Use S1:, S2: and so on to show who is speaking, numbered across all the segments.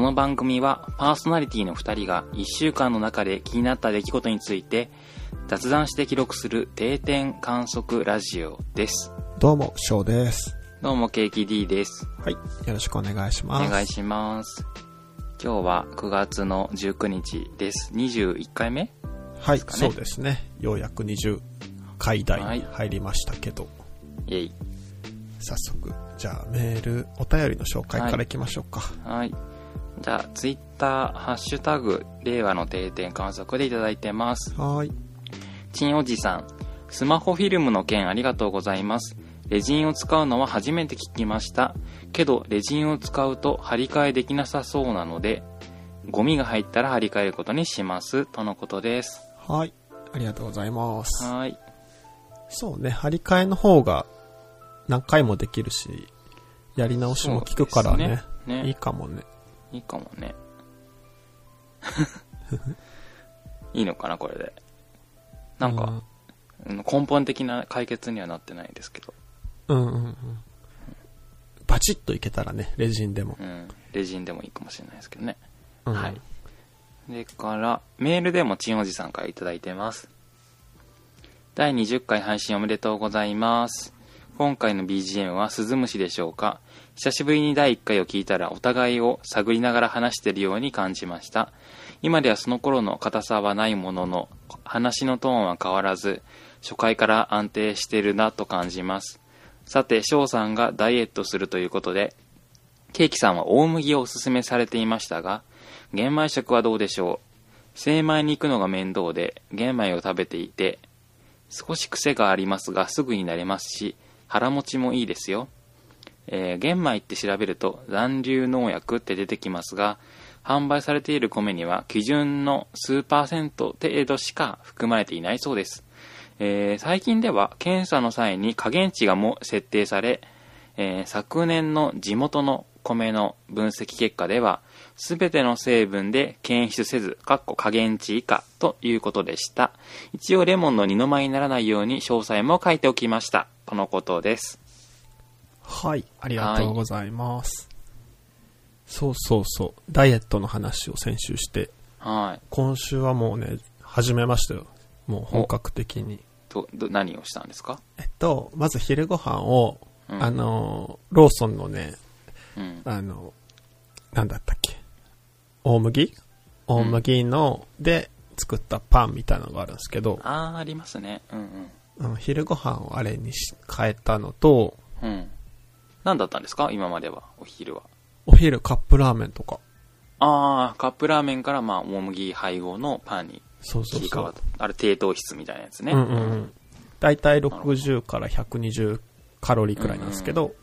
S1: の番組はパーソナリティの2人が1週間の中で気になった出来事について雑談して記録する定点観測ラジオです。
S2: どうも、翔です。
S1: どうも、ケーキ D です。
S2: はい。よろしくお願いし
S1: お
S2: ます。
S1: 願いします。今日は9月の19日です。21回目
S2: はい、
S1: かね
S2: そうですね。ようやく20回
S1: は
S2: 台
S1: い
S2: 入りましたけど、
S1: イェイ。
S2: 早速、じゃあメール、お便りの紹介からいきましょうか。
S1: はい。じゃあ、ツイッター、ハッシュタグ、令和の定点観測でいただいてます。
S2: はーい。
S1: ちんおじさん、スマホフィルムの件ありがとうございます。レジンを使うのは初めて聞きました。けど、レジンを使うと張り替えできなさそうなので、ゴミが入ったら張り替えることにします。とのことです。
S2: はい。ありがとうございます。
S1: はーい。
S2: そうね、張り替えの方が何回もできるし、やり直しも効くから
S1: そ
S2: ね
S1: うですねね
S2: いいかもね。
S1: いいかもね。 いいのかな、これで。なん
S2: う
S1: か、うん根本的な解決にはなってないですけど。
S2: うんうんうん。バチッといけたらね、レジンでも。
S1: うん。レジンでもいいかもしれないですけどね。
S2: うん
S1: はい。。それから、メールでもちんおじさんからいただいてます。第20回配信おめでとうございます。今回の BGM は鈴虫でしょうか久しぶりに第1回を聞いたらお互いを探りながら話しているように感じました。今ではその頃の硬さはないものの、話のトーンは変わらず、初回から安定しているなと感じます。さて、翔さんがダイエットするということで、ケーキさんは大麦をおすすめされていましたが、玄米食はどうでしょう精米に行くのが面倒で、玄米を食べていて、少し癖がありますがすぐになれますし、腹持ちもいいですよ。えー玄米って調べると残留農薬って出てきますが、販売されている米には基準の数パーセント程度しか含まれていないそうです。えー最近では検査の際に加減値がも設定され、えー昨年の地元の米の分析結果では、すべての成分で検出せず、かっこ加減値以下ということでした。一応レモンの二の舞にならないように詳細も書いておきました。とのことです。
S2: はい、ありがとうございます。そうそうそう、ダイエットの話を先週して、
S1: はい。
S2: 今週はもうね、始めましたよ。もう本格的に。
S1: と、ど何をしたんですか
S2: えっと、まず昼ご飯を、
S1: うん
S2: あの、ローソンのね、
S1: うん。
S2: あの、なんだったっけ、大麦大麦の、で作ったパンみたいなのがあるんですけど、
S1: あー、ありますね。うん
S2: うん昼ご飯をあれにし変えたのと、
S1: うん。うん。何だったんですか今までは、お昼は。
S2: お昼カップラーメンとか。
S1: あー、カップラーメンから、まあ、大麦配合のパンに
S2: そうそ
S1: 切
S2: う
S1: り替
S2: そ
S1: わ
S2: う
S1: っ。た。あれ、低糖質みたいなやつね。
S2: うんうんうん。だいたい60から120カロリーくらいなんですけど、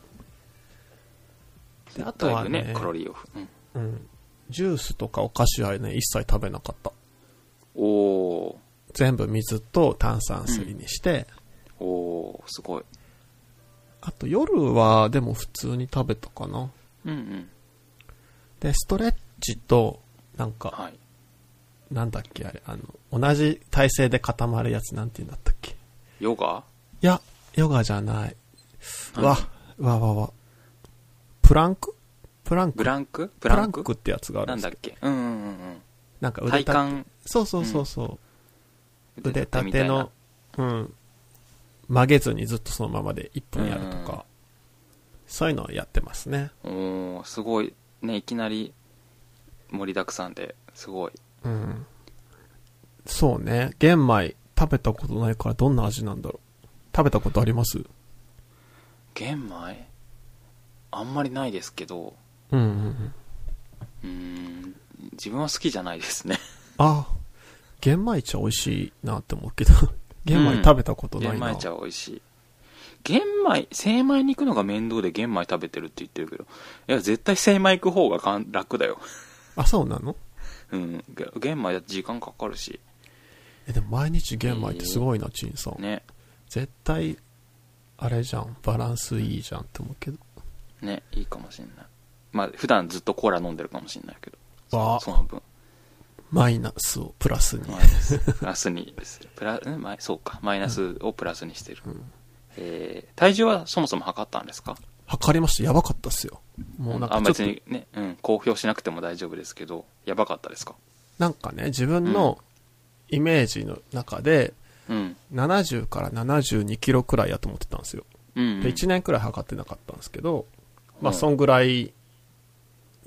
S2: であと
S1: だい
S2: は
S1: ぶ
S2: ね
S1: ね、カロリーオフ。うん。
S2: うん、ジュースとかお菓子はね、一切食べなかった。
S1: お
S2: 全部水と炭酸水にして、
S1: ー、おー、すごい。
S2: あと夜はでも普通に食べたかな。
S1: うんうん。
S2: で、ストレッチと、なんか、
S1: はい。
S2: なんだっけあれ、あの、同じ体勢で固まるやつなんて言うんだったっけい
S1: ヨガ
S2: や、ヨガじゃない。
S1: うん
S2: わ、わわわ。プランクプランク
S1: ブランク
S2: プ
S1: ブ
S2: ラ
S1: ラ
S2: ン
S1: ン
S2: ク
S1: ク
S2: ってやつがある
S1: なんん
S2: です
S1: だっ
S2: けど、
S1: けうんうんうん
S2: なんか
S1: う
S2: 腕
S1: ん。
S2: 立て
S1: 体幹
S2: そうそうそうそう、腕立
S1: みた
S2: て
S1: いな
S2: の、うん、曲げずにずっとそのままで1分やると
S1: うん
S2: か、そういうのをやってますね。
S1: おーすごいねいきなり盛りだくさんですごい
S2: うん。そうね、玄米食べたことないからどんな味なんだろう。食べたことあります
S1: 玄米あんまりないですけど
S2: うんうんうん。
S1: うーん自分は好きじゃないですね
S2: あ、玄米茶美味しいなって思うけど、 玄米食べたことな
S1: 玄
S2: いな。
S1: 米茶は美味しい玄米精米に行くのが面倒で玄米食べてるって言ってるけどいや絶対精米行く方がかん楽だよ
S2: あ、そうなの
S1: うんげ玄米だって時間かかるし
S2: え、でも毎日玄米ってすごいな、陳さん。
S1: ね
S2: 絶対、あれじゃん、バランスいいじゃんって思うけど。
S1: ねいいかもしんないまあ普段ずっとコーラ飲んでるかもしんないけど
S2: わあ
S1: その分
S2: マイナスをプラスに。
S1: マイナスプラスにするプラんマイそうかマイナスをプラスにしてる、えー体重はそもそも測ったんですか
S2: 測りました。やばかったっすよ。もうなん
S1: あ
S2: か
S1: ん
S2: ち
S1: ま
S2: ょっと
S1: 別、にね、うん、公表しなくても大丈夫ですけど、やばかったですか
S2: なんかね、自分のイメージの中で、
S1: うん。
S2: 70から72キロくらいやと思ってたんですよ。
S1: うん、うん。
S2: で、1年くらい測ってなかったんですけど、まあ、
S1: うん
S2: そんぐらい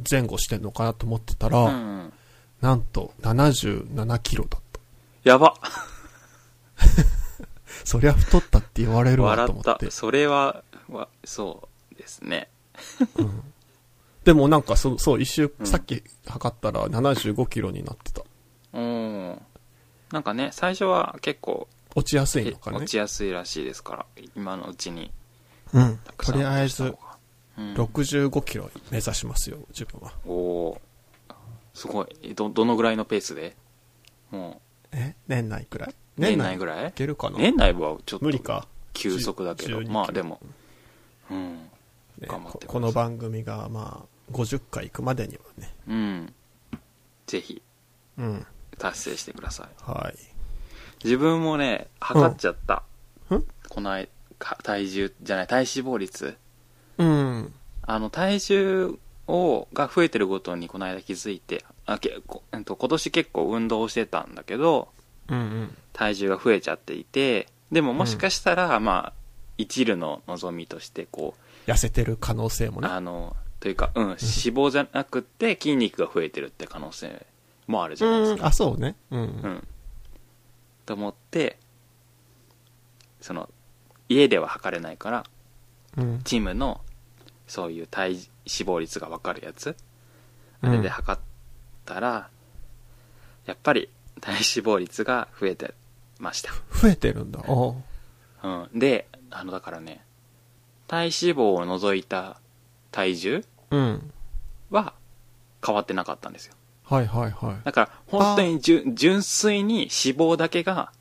S2: 前後してんのかなと思ってたら、
S1: うんうん。
S2: なんと77キロだった。
S1: やば
S2: そりゃ太ったって言われるわ
S1: 笑
S2: と思
S1: っ
S2: ったて。。
S1: それは、わそうですね。
S2: でもなんかそ、そう、一周、
S1: うん
S2: さっき測ったら75キロになってた。
S1: うん。なんかね、最初は結構、
S2: 落ちやすい
S1: え
S2: のかね
S1: 落。ちやすいらしいですから、今のうちに
S2: うん
S1: た。く
S2: と
S1: さん
S2: りあえ
S1: 落
S2: ず
S1: とした、方が。うん、
S2: 65キロ目指しますよ、自分は。
S1: おーすごい。えど、どのぐらいのペースでも、
S2: え年内くらいう
S1: 年内ぐら
S2: い
S1: い
S2: けるかな
S1: 年内はちょっと
S2: 無理か。
S1: 休息だけど、
S2: 12
S1: まあでも、うん。
S2: ね
S1: 頑張ってく
S2: こ
S1: ださい
S2: この番組が、まあ、50回行くまでにはね。
S1: うん。ぜひ、
S2: うん。
S1: 達成してください。
S2: はい。
S1: 自分もね、測っちゃった。
S2: うん
S1: この間、か体重じゃない、体脂肪率。
S2: うん。
S1: あの体重をが増えてるごとにこの間気づいてあけこえっと今年結構運動してたんだけど
S2: うんうん。
S1: 体重が増えちゃっていてでももしかしたら、まあ一縷の望みとしてこ
S2: 痩せてる可能性も
S1: う
S2: ね。
S1: あのというか、うん、脂肪じゃなくて筋肉が増えてるって可能性もあるじゃないです
S2: うん。
S1: か
S2: あ、そうね。うん
S1: うん、。と思ってその家では測れないから
S2: うん。
S1: ジムのそういう体脂肪率が分かるやつ
S2: うん
S1: あれで測ったら、やっぱり体脂肪率が増えてました。
S2: 増えてるんだ。おう
S1: うん、で、あの、だからね、体脂肪を除いた体重
S2: うん。
S1: は変わってなかったんですよ。
S2: はいはいはい。
S1: だから、本当にじゅ純粋に脂肪だけが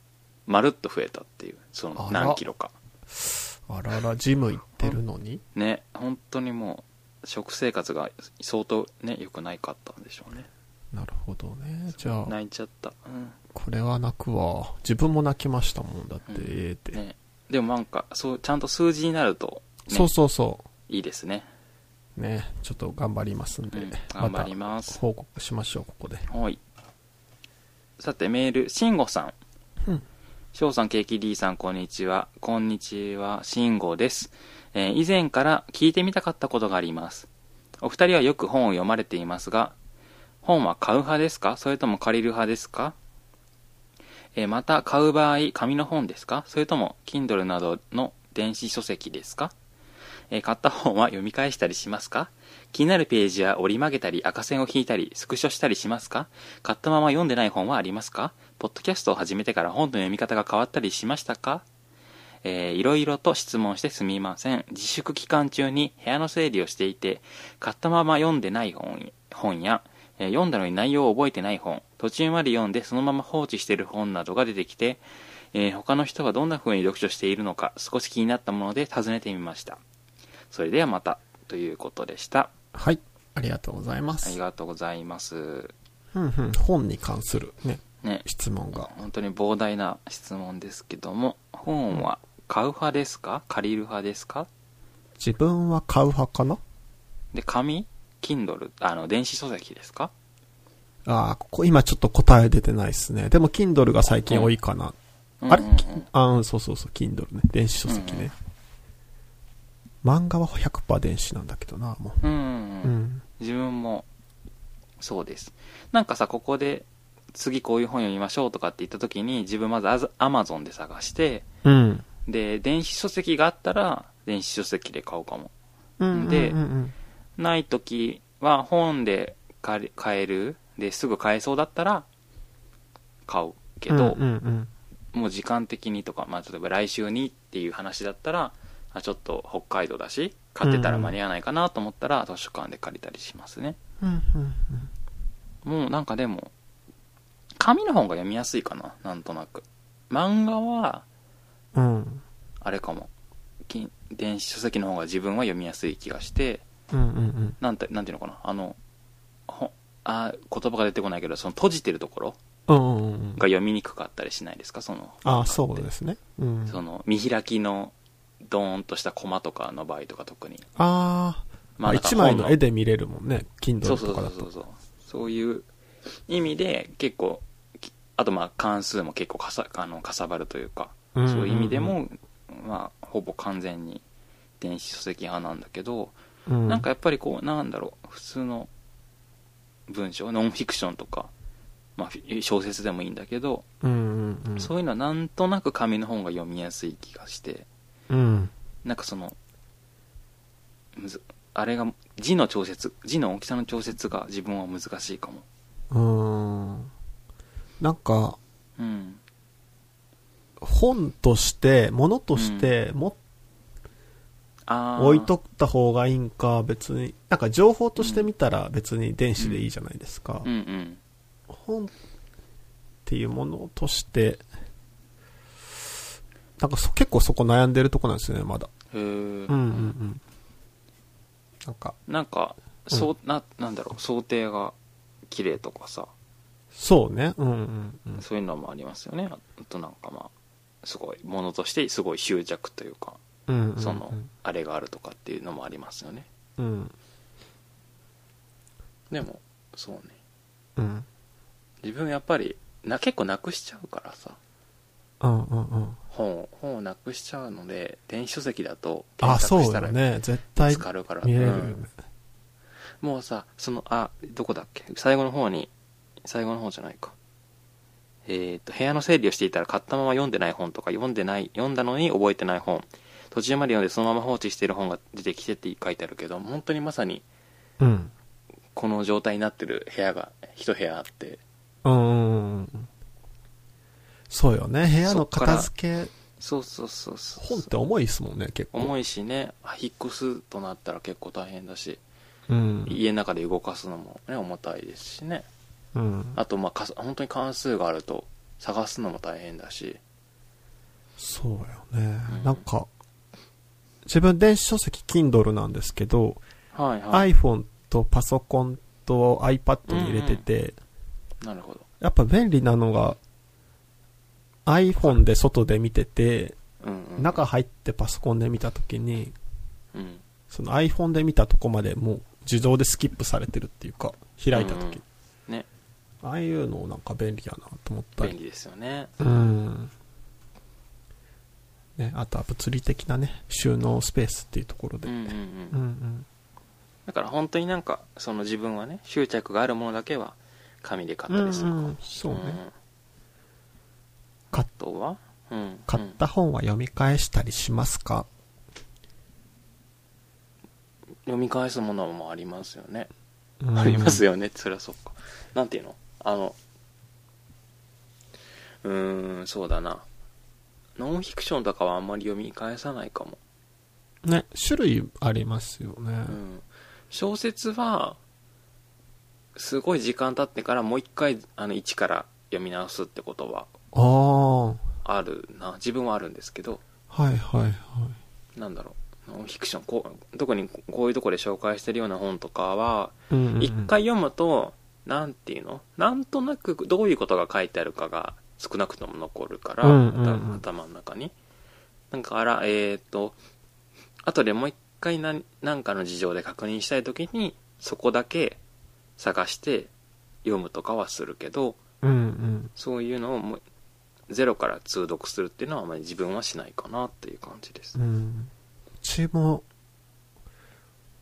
S1: まるっと増えたっていう、その
S2: あら
S1: 何キロか。
S2: あらら、ジム行ってるのに
S1: ね、本当にもう、食生活が相当ね、良くないかったんでしょうね。
S2: なるほどね。じゃあ、
S1: 泣いちゃった。うん。
S2: これは泣くわ。自分も泣きましたもんだって、
S1: う
S2: え
S1: ん
S2: えって、
S1: ね、でもなんかそうちゃんと数字になると、ね、
S2: そうそうそ
S1: いいですね、
S2: う。ね。ちょっと頑張りますんで。
S1: うん、
S2: ま
S1: 頑張
S2: た
S1: ります、
S2: 報告しましょう、ここで。
S1: はいさてメールしんごさん
S2: うん。
S1: 翔さん、ケーキ D さん、こんにちは。こんにちは、慎吾です。えー以前から聞いてみたかったことがあります。お二人はよく本を読まれていますが、本は買う派ですかそれとも借りる派ですかえーまた、買う場合、紙の本ですかそれとも、Kindle などの電子書籍ですかえー買った本は読み返したりしますか気になるページは折り曲げたり赤線を引いたりスクショしたりしますか買ったまま読んでない本はありますかポッドキャストを始めてから本の読み方が変わったりしましたかえーいろいろと質問してすみません。自粛期間中に部屋の整理をしていて、買ったまま読んでない本本や、えー読んだのに内容を覚えてない本、途中まで読んでそのまま放置している本などが出てきて、えー他の人がどんな風に読書しているのか少し気になったもので尋ねてみました。それではまた、ということでした。
S2: はい。ありがとうございま
S1: あり
S2: す。
S1: がとうございます。
S2: うんうん。本に関するね、
S1: ね、
S2: 質問が。
S1: 本当に膨大な質問ですけども、本は買う派ですか借りる派ですか
S2: 自分は買う派かな
S1: で、紙 Kindle? あの、電子書籍ですか
S2: ああ、ここ今ちょっと答え出てないですね。でも、Kindle が最近多いかな。あれ、
S1: うんうんうん
S2: きあうんそうそうそう、Kindle ね。電子書籍ね。漫画は100%電子なんだけどな、も
S1: うん
S2: う。
S1: う
S2: うん
S1: うん。
S2: ん。
S1: 自分も、そうです。なんかさ、ここで、次こういう本読みましょうとかって言った時に、自分まずアザ Amazon で探して、
S2: うん。
S1: で、電子書籍があったら、電子書籍で買おうかも。
S2: うん。
S1: で
S2: うんうん
S1: ない時は本で借り買えるですぐ買えそうだったら買うけど、
S2: うんうん
S1: もう時間的にとか、まあ、例えば来週にっていう話だったらあちょっと北海道だし買ってたら間に合わないかなと思ったら図書館で借りたりしますね
S2: うん。うんうんうん
S1: もうなんかでも紙の本が読みやすいかななんとなく漫画は
S2: うん。
S1: あれかもき電子書籍の方が自分は読みやすい気がして
S2: うんうんうん。
S1: なんて、なんていうのかな、あの、ほあー言葉が出てこないけど、その閉じてるところ
S2: うんうんうん。
S1: が読みにくかったりしないですかその、
S2: ああ、そうですね。うん。
S1: その、見開きのドーンとしたコマとかの場合とか特に。
S2: あー、まあ、
S1: なんか
S2: 一枚
S1: 本
S2: の絵で見れるもんね。
S1: そ
S2: Kindle
S1: うそ
S2: と
S1: う
S2: か
S1: そ
S2: だ
S1: うそ
S2: と。
S1: うそう。そういう意味で結構、きあとまあ関数も結構かさあのかさばるというか、
S2: うんうんうん
S1: そういう意味でも、まあ、ほぼ完全に電子書籍派なんだけど、
S2: うん
S1: なんかやっぱりこう、なんだろう、普通の文章、ノンフィクションとか、まあ、フィ小説でもいいんだけど、
S2: うんうんうん。
S1: そういうのはなんとなく紙の本が読みやすい気がして、
S2: うん。
S1: なんかその、むずあれが、字の調節、字の大きさの調節が自分は難しいかも。
S2: うん。なんか、
S1: うん。
S2: 本として、物として持っ
S1: ああ。
S2: 置いとった方がいいんか、別に、なんか情報として見たら別に電子でいいじゃないですか。
S1: うんうん。
S2: 本っていうものとして、なんかそ結構そこ悩んでるとこなんですよね、まだ。
S1: へー
S2: うんうんうん。なんか、
S1: なんか、そう、な、なんだろう、想定が綺麗とかさ、
S2: そうね。うんうんうん。
S1: そういうのもありますよね。あとなんかまあ、すごい、ものとしてすごい執着というか、
S2: うんうんうん
S1: その、あれがあるとかっていうのもありますよね。
S2: うん。
S1: でも、そうね。
S2: うん。
S1: 自分やっぱり、な、結構なくしちゃうからさ、
S2: うんうんうん。
S1: 本を、本をなくしちゃうので、電子書籍だと、
S2: あ、
S1: 検索
S2: そ
S1: し
S2: う
S1: たら
S2: よね。絶対
S1: 見つかるから、
S2: 見れるよ
S1: う
S2: ね
S1: ん。もうさ、その、あ、どこだっけ最後の方に、最後の方じゃないか。えっ、と、部屋の整理をしていたら買ったまま読んでない本とか、読んでない、読んだのに覚えてない本、途中まで読んでそのまま放置している本が出てきてって書いてあるけど、本当にまさに
S2: うん。
S1: この状態になってる部屋が、一部屋あって、
S2: うんうんうん。そうよね。部屋の片付け、
S1: そうそうそうそう。
S2: 本って重いですもんね、結構。
S1: 重いしね、あ引っ越すとなったら結構大変だし、
S2: うん。
S1: 家の中で動かすのもね、重たいですしね。
S2: うん。
S1: あと、まあかす、本当に関数があると探すのも大変だし、
S2: そうよね
S1: うん。
S2: なんか、自分電子書籍 Kindle なんですけど、
S1: はいはい。
S2: iPhone とパソコンと iPad に入れてて、
S1: なるほど。
S2: やっぱ便利なのが、iPhone で外で見てて、
S1: うんうん、
S2: 中入ってパソコンで見た時に、
S1: うん、
S2: その iPhone で見たとこまでもう自動でスキップされてるっていうか、開いた
S1: うん
S2: 時。
S1: うんね
S2: ああいうのなんか便利やなと思った
S1: 便
S2: り。
S1: 利ですよね
S2: うん。ね、あとは物理的なね、収納スペースっていうところ
S1: う
S2: で。
S1: んう
S2: うんん
S1: う
S2: うんん。
S1: だから本当になんかその自分はね執着があるものだけは紙で買
S2: う
S1: っ
S2: ん
S1: たりするかも、
S2: うんそうね。
S1: ん
S2: 買っ
S1: あとは、うん、
S2: 買っ、た本は読み返したりしますか
S1: うん読み返すものもありますよね、
S2: うん
S1: ありますよねそりゃそっかなんていうのあのうーんそうだなノンフィクションとかはあんまり読み返さないかも、
S2: ね、種類ありますよね
S1: う。ん、小説はすごい時間経ってからもう一回あの一から読み直すってことは
S2: ああ、は
S1: あるな自分はあるんですけど
S2: いはいはい。
S1: なんだろうノンフィクションこう特にこういうとこで紹介してるような本とかは
S2: うんうんうん
S1: 一、回読むとなんていうのなんとなくどういうことが書いてあるかが少なくとも残るから、
S2: うんうんうん
S1: 頭頭の中にだからえっ、と後でもう一回何何かの事情で確認したい時にそこだけ探して読むとかはするけど
S2: うんうん。
S1: そういうのをもうゼロから通読するっていうのはあまり自分はしないかなっていう感じです、
S2: うん。うちも、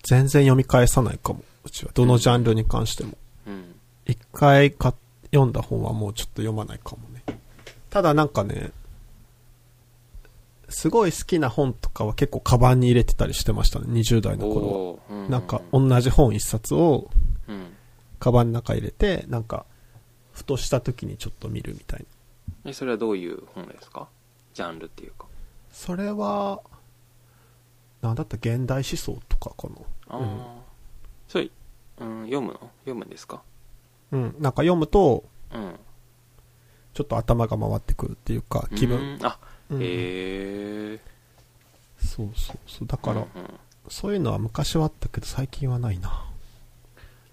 S2: 全然読み返さないかも。うちは。どのジャンルに関しても。
S1: うん、
S2: 一回か読んだ本はもうちょっと読まないかもね。ただなんかね、すごい好きな本とかは結構カバンに入れてたりしてましたね。20代の頃
S1: おーうう
S2: は。なんか同じ本一冊を
S1: うん
S2: カバンの中入れて、なんか、ふとした時にちょっと見るみたいな。
S1: えそれはどういう本ですかジャンルっていうか
S2: それは、なんだった現代思想とかか
S1: ああ、
S2: な。うん
S1: それ、うん、読むの読むんですか
S2: うん。なんか読むと、
S1: うん
S2: ちょっと頭が回ってくるっていうか、気分。
S1: うんあへ、
S2: うん
S1: え
S2: そうそうそう。だか
S1: うん
S2: ら、
S1: うん
S2: そういうのは昔はあったけど、最近はないな。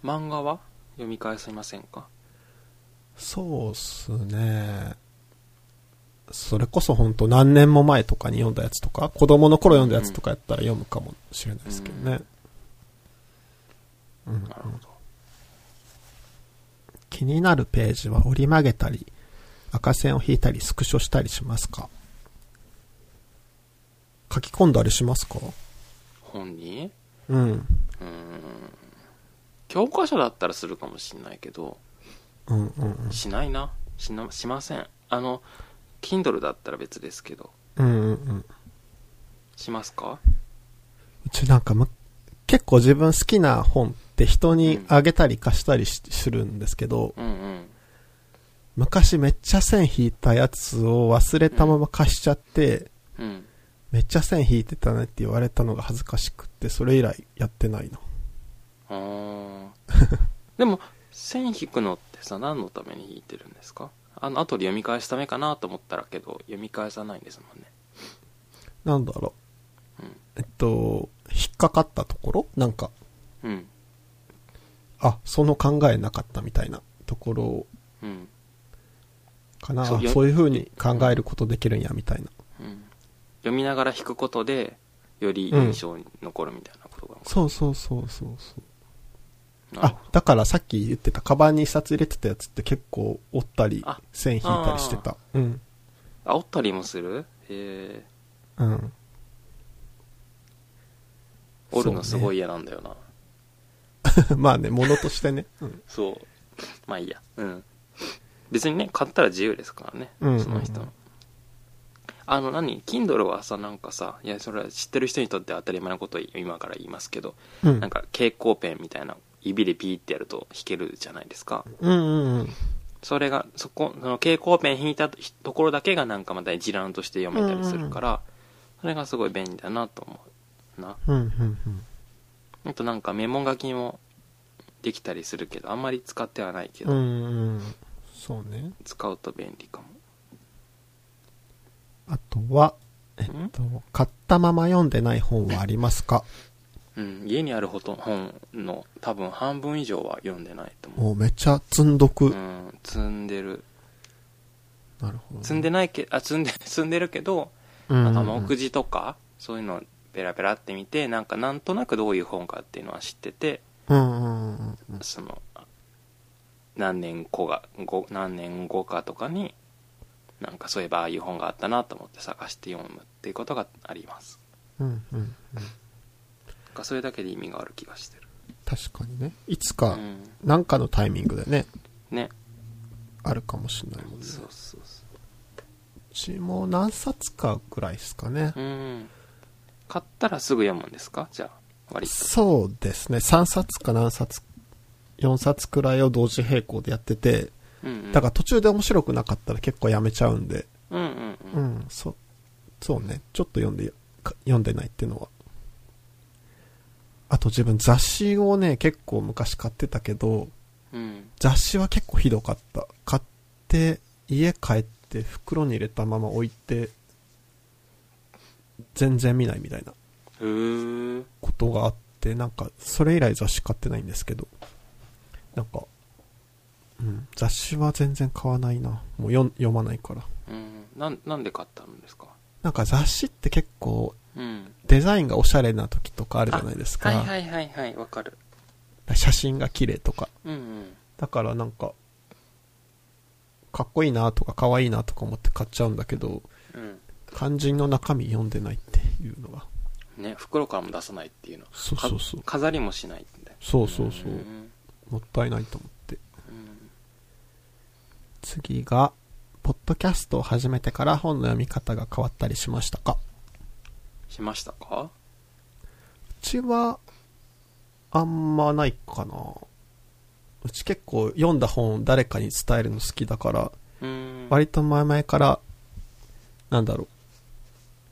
S1: 漫画は読み返せませんか
S2: そうっすね。それこそ本当何年も前とかに読んだやつとか、子供の頃読んだやつとかやったら読むかもしれないですけどね。うん。
S1: なるほど。
S2: 気になるページは折り曲げたり、赤線を引いたり、スクショしたりしますか書き込んだりしますか
S1: 本に
S2: うん。
S1: うーん。教科書だったらするかもしんないけど、
S2: うんうんうん。
S1: しないな。しな、しません。あの、Kindle だったら別ですけど、
S2: うんうんうん。
S1: しますか
S2: うちなんかむ、結構自分好きな本って人にあげたり貸したりしするんですけど、
S1: うんうん。
S2: 昔めっちゃ線引いたやつを忘れたまま貸しちゃって、
S1: うん。
S2: めっちゃ線引いてたねって言われたのが恥ずかしくって、それ以来やってないの。
S1: あーでも線引くのってさ何のために引いてるんですかあの後で読み返すためかなと思ったらけど読み返さないんですもんね
S2: なんだろう。えっと、引っかかったところなんか、
S1: うん
S2: あ、その考えなかったみたいなところ
S1: うん
S2: かな。
S1: そう
S2: あ
S1: よ
S2: そういう風に考えることできるんや、みたいな。
S1: うん読みながら引くことでより印象に残るみたいなことが、
S2: そうそうそうそうそう。
S1: なる
S2: あ、だからさっき言ってた、カバンに一冊入れてたやつって結構折ったり
S1: あ、
S2: 線引いたりしてた。うん。
S1: ほど煽ったりもするへえ
S2: うん。
S1: 折るのすごい
S2: い。
S1: 嫌なんだよな
S2: まあね、 物としてね。うん。
S1: そう,、まあいいやうん別にね買ったら自由ですからね、
S2: うん
S1: その人のあの何 Kindle はさなんかさいやそれは知ってる人にとっては当たり前のことを今から言いますけど
S2: うん
S1: なんか蛍光ペンみたいな指でピーってやると弾けるじゃないですか。
S2: うんうんうん。
S1: それが、そこ、その蛍光ペン引いたところだけがなんかまた一覧として読めたりするから、それがすごい便利だなと思うな。
S2: うんうんうん。
S1: あとなんかメモ書きもできたりするけど、あんまり使ってはないけ
S2: う
S1: ど、
S2: んうん。そうね。
S1: 使うと便利かも。
S2: あとは、えっと、買ったまま読んでない本はありますか
S1: うん、家にあるほと本の多分半分以上は読んでないと思う。
S2: もうめっちゃ積んど
S1: う
S2: く。
S1: ん、積んでる。
S2: なるほど。
S1: 積んでないけ、あ、積んで、 積んでるけど、
S2: うんうんう
S1: なん
S2: ん、
S1: か目次とかそういうのをペラペラって見てなんかなんとなくどういう本かっていうのは知ってて
S2: うんうんうんうん。
S1: そのあ何年後が後何年後かとかになんかそういえばああいう本があったなと思って探して読むっていうことがあります
S2: うんうんうん。
S1: なんかそれだけで意味がある気がしてる
S2: 確かにね。いつ
S1: う
S2: か、
S1: ん
S2: なんかのタイミングでね、
S1: ね
S2: あるかもしれないもんね。
S1: そうそうそう
S2: ちも何冊かぐらいですかね
S1: う。うん買ったらすぐ読むんですかじゃあ割と
S2: そうですね。3冊か何冊、4冊くらいを同時並行でやってて、
S1: うんうん
S2: だから途中で面白くなかったら結構やめちゃうんで、
S1: うんうんう
S2: うんん、そう、そうね。ちょっと読んで、か読んでないっていうのは。あと自分雑誌をね、結構昔買ってたけど、
S1: うん
S2: 雑誌は結構ひどかった。買って、家帰って袋に入れたまま置いて、全然見ないみたいな
S1: へー
S2: ことがあって、なんか、それ以来雑誌買ってないんですけど、なんか、うん、雑誌は全然買わないな。もう読ん読まないから。
S1: うんなんなんで買ったんですか
S2: なんか雑誌って結構
S1: うん
S2: デザインがおしゃれな時とかあるじゃないですか。
S1: はいはいはいはいわかる
S2: 写真が綺麗とか。
S1: うんうん
S2: だからなんか、かっこいいなとか可愛いなとか思って買っちゃうんだけど、
S1: うん
S2: 肝心の中身読んでないっていうのが。
S1: ね袋からも出さないっていうの
S2: そうそうそう
S1: か飾りもしないんだよ
S2: そうそうそう。
S1: ん
S2: もったいないと思って。
S1: うん
S2: 次が、ポッドキャストを始めてから本の読み方が変わったりしましたか
S1: しましたか
S2: うちは、あんまないかな。うち結構読んだ本を誰かに伝えるの好きだから、
S1: うん
S2: 割と前々から、なんだろう、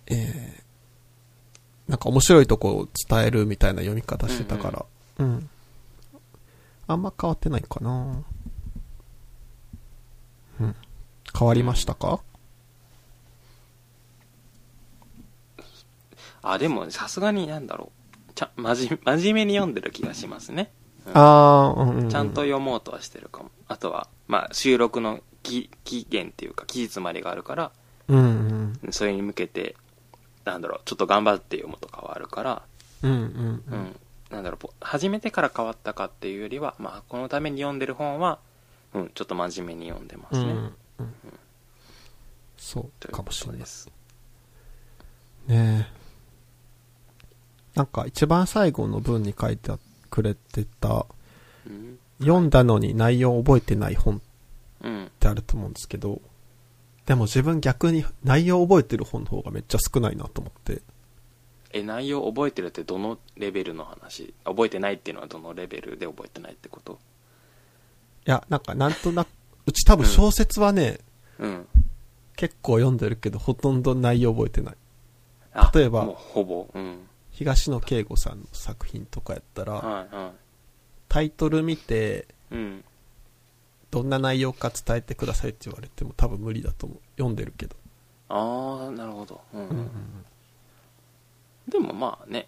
S2: えー、なんか面白いとこを伝えるみたいな読み方してたから、うん、あんま変わってないかなうん。変わりましたか
S1: あでもさすがになんだろうちゃ真面真面目に読んでる気がしますね、う
S2: ああ、うん、うん。
S1: ちゃんと読もうとはしてるかもあとはまあ収録のき期限っていうか期日までがあるから
S2: うんうん。
S1: それに向けて、なんだろう、ちょっと頑張って読むとかはあるから、
S2: うんうん
S1: う。ん、なんだろうぼ初めてから変わったかっていうよりは、まあ、このために読んでる本は、うん、ちょっと真面目に読んでま
S2: う
S1: す
S2: ん
S1: ね、
S2: うん。そ
S1: というう
S2: か
S1: こ
S2: もし
S1: と
S2: れない
S1: で
S2: ですねえなんか一番最後の文に書いてくれてた、
S1: うん
S2: 読んだのに内容を覚えてない本っ
S1: うん
S2: てあると思うんですけど、でも自分逆に内容を覚えてる本の方がめっちゃ少ないなと思って。
S1: え内容覚えてるってどのレベルの話覚えてないっていうのはどのレベルで覚えてないってこと
S2: いや、なんかなんとなく、うち多分小説はね、
S1: うん
S2: 結構読んでるけどほとんど内容覚えてない。
S1: あ
S2: 例えば
S1: もうほぼうん
S2: 東野圭吾さんの作品とかやったら、
S1: はいは
S2: タイトル見て、
S1: いうん
S2: どんな内容か伝えてくださいって言われても多分無理だと思う。読んでるけど。
S1: ああなるほどうん、でもまあね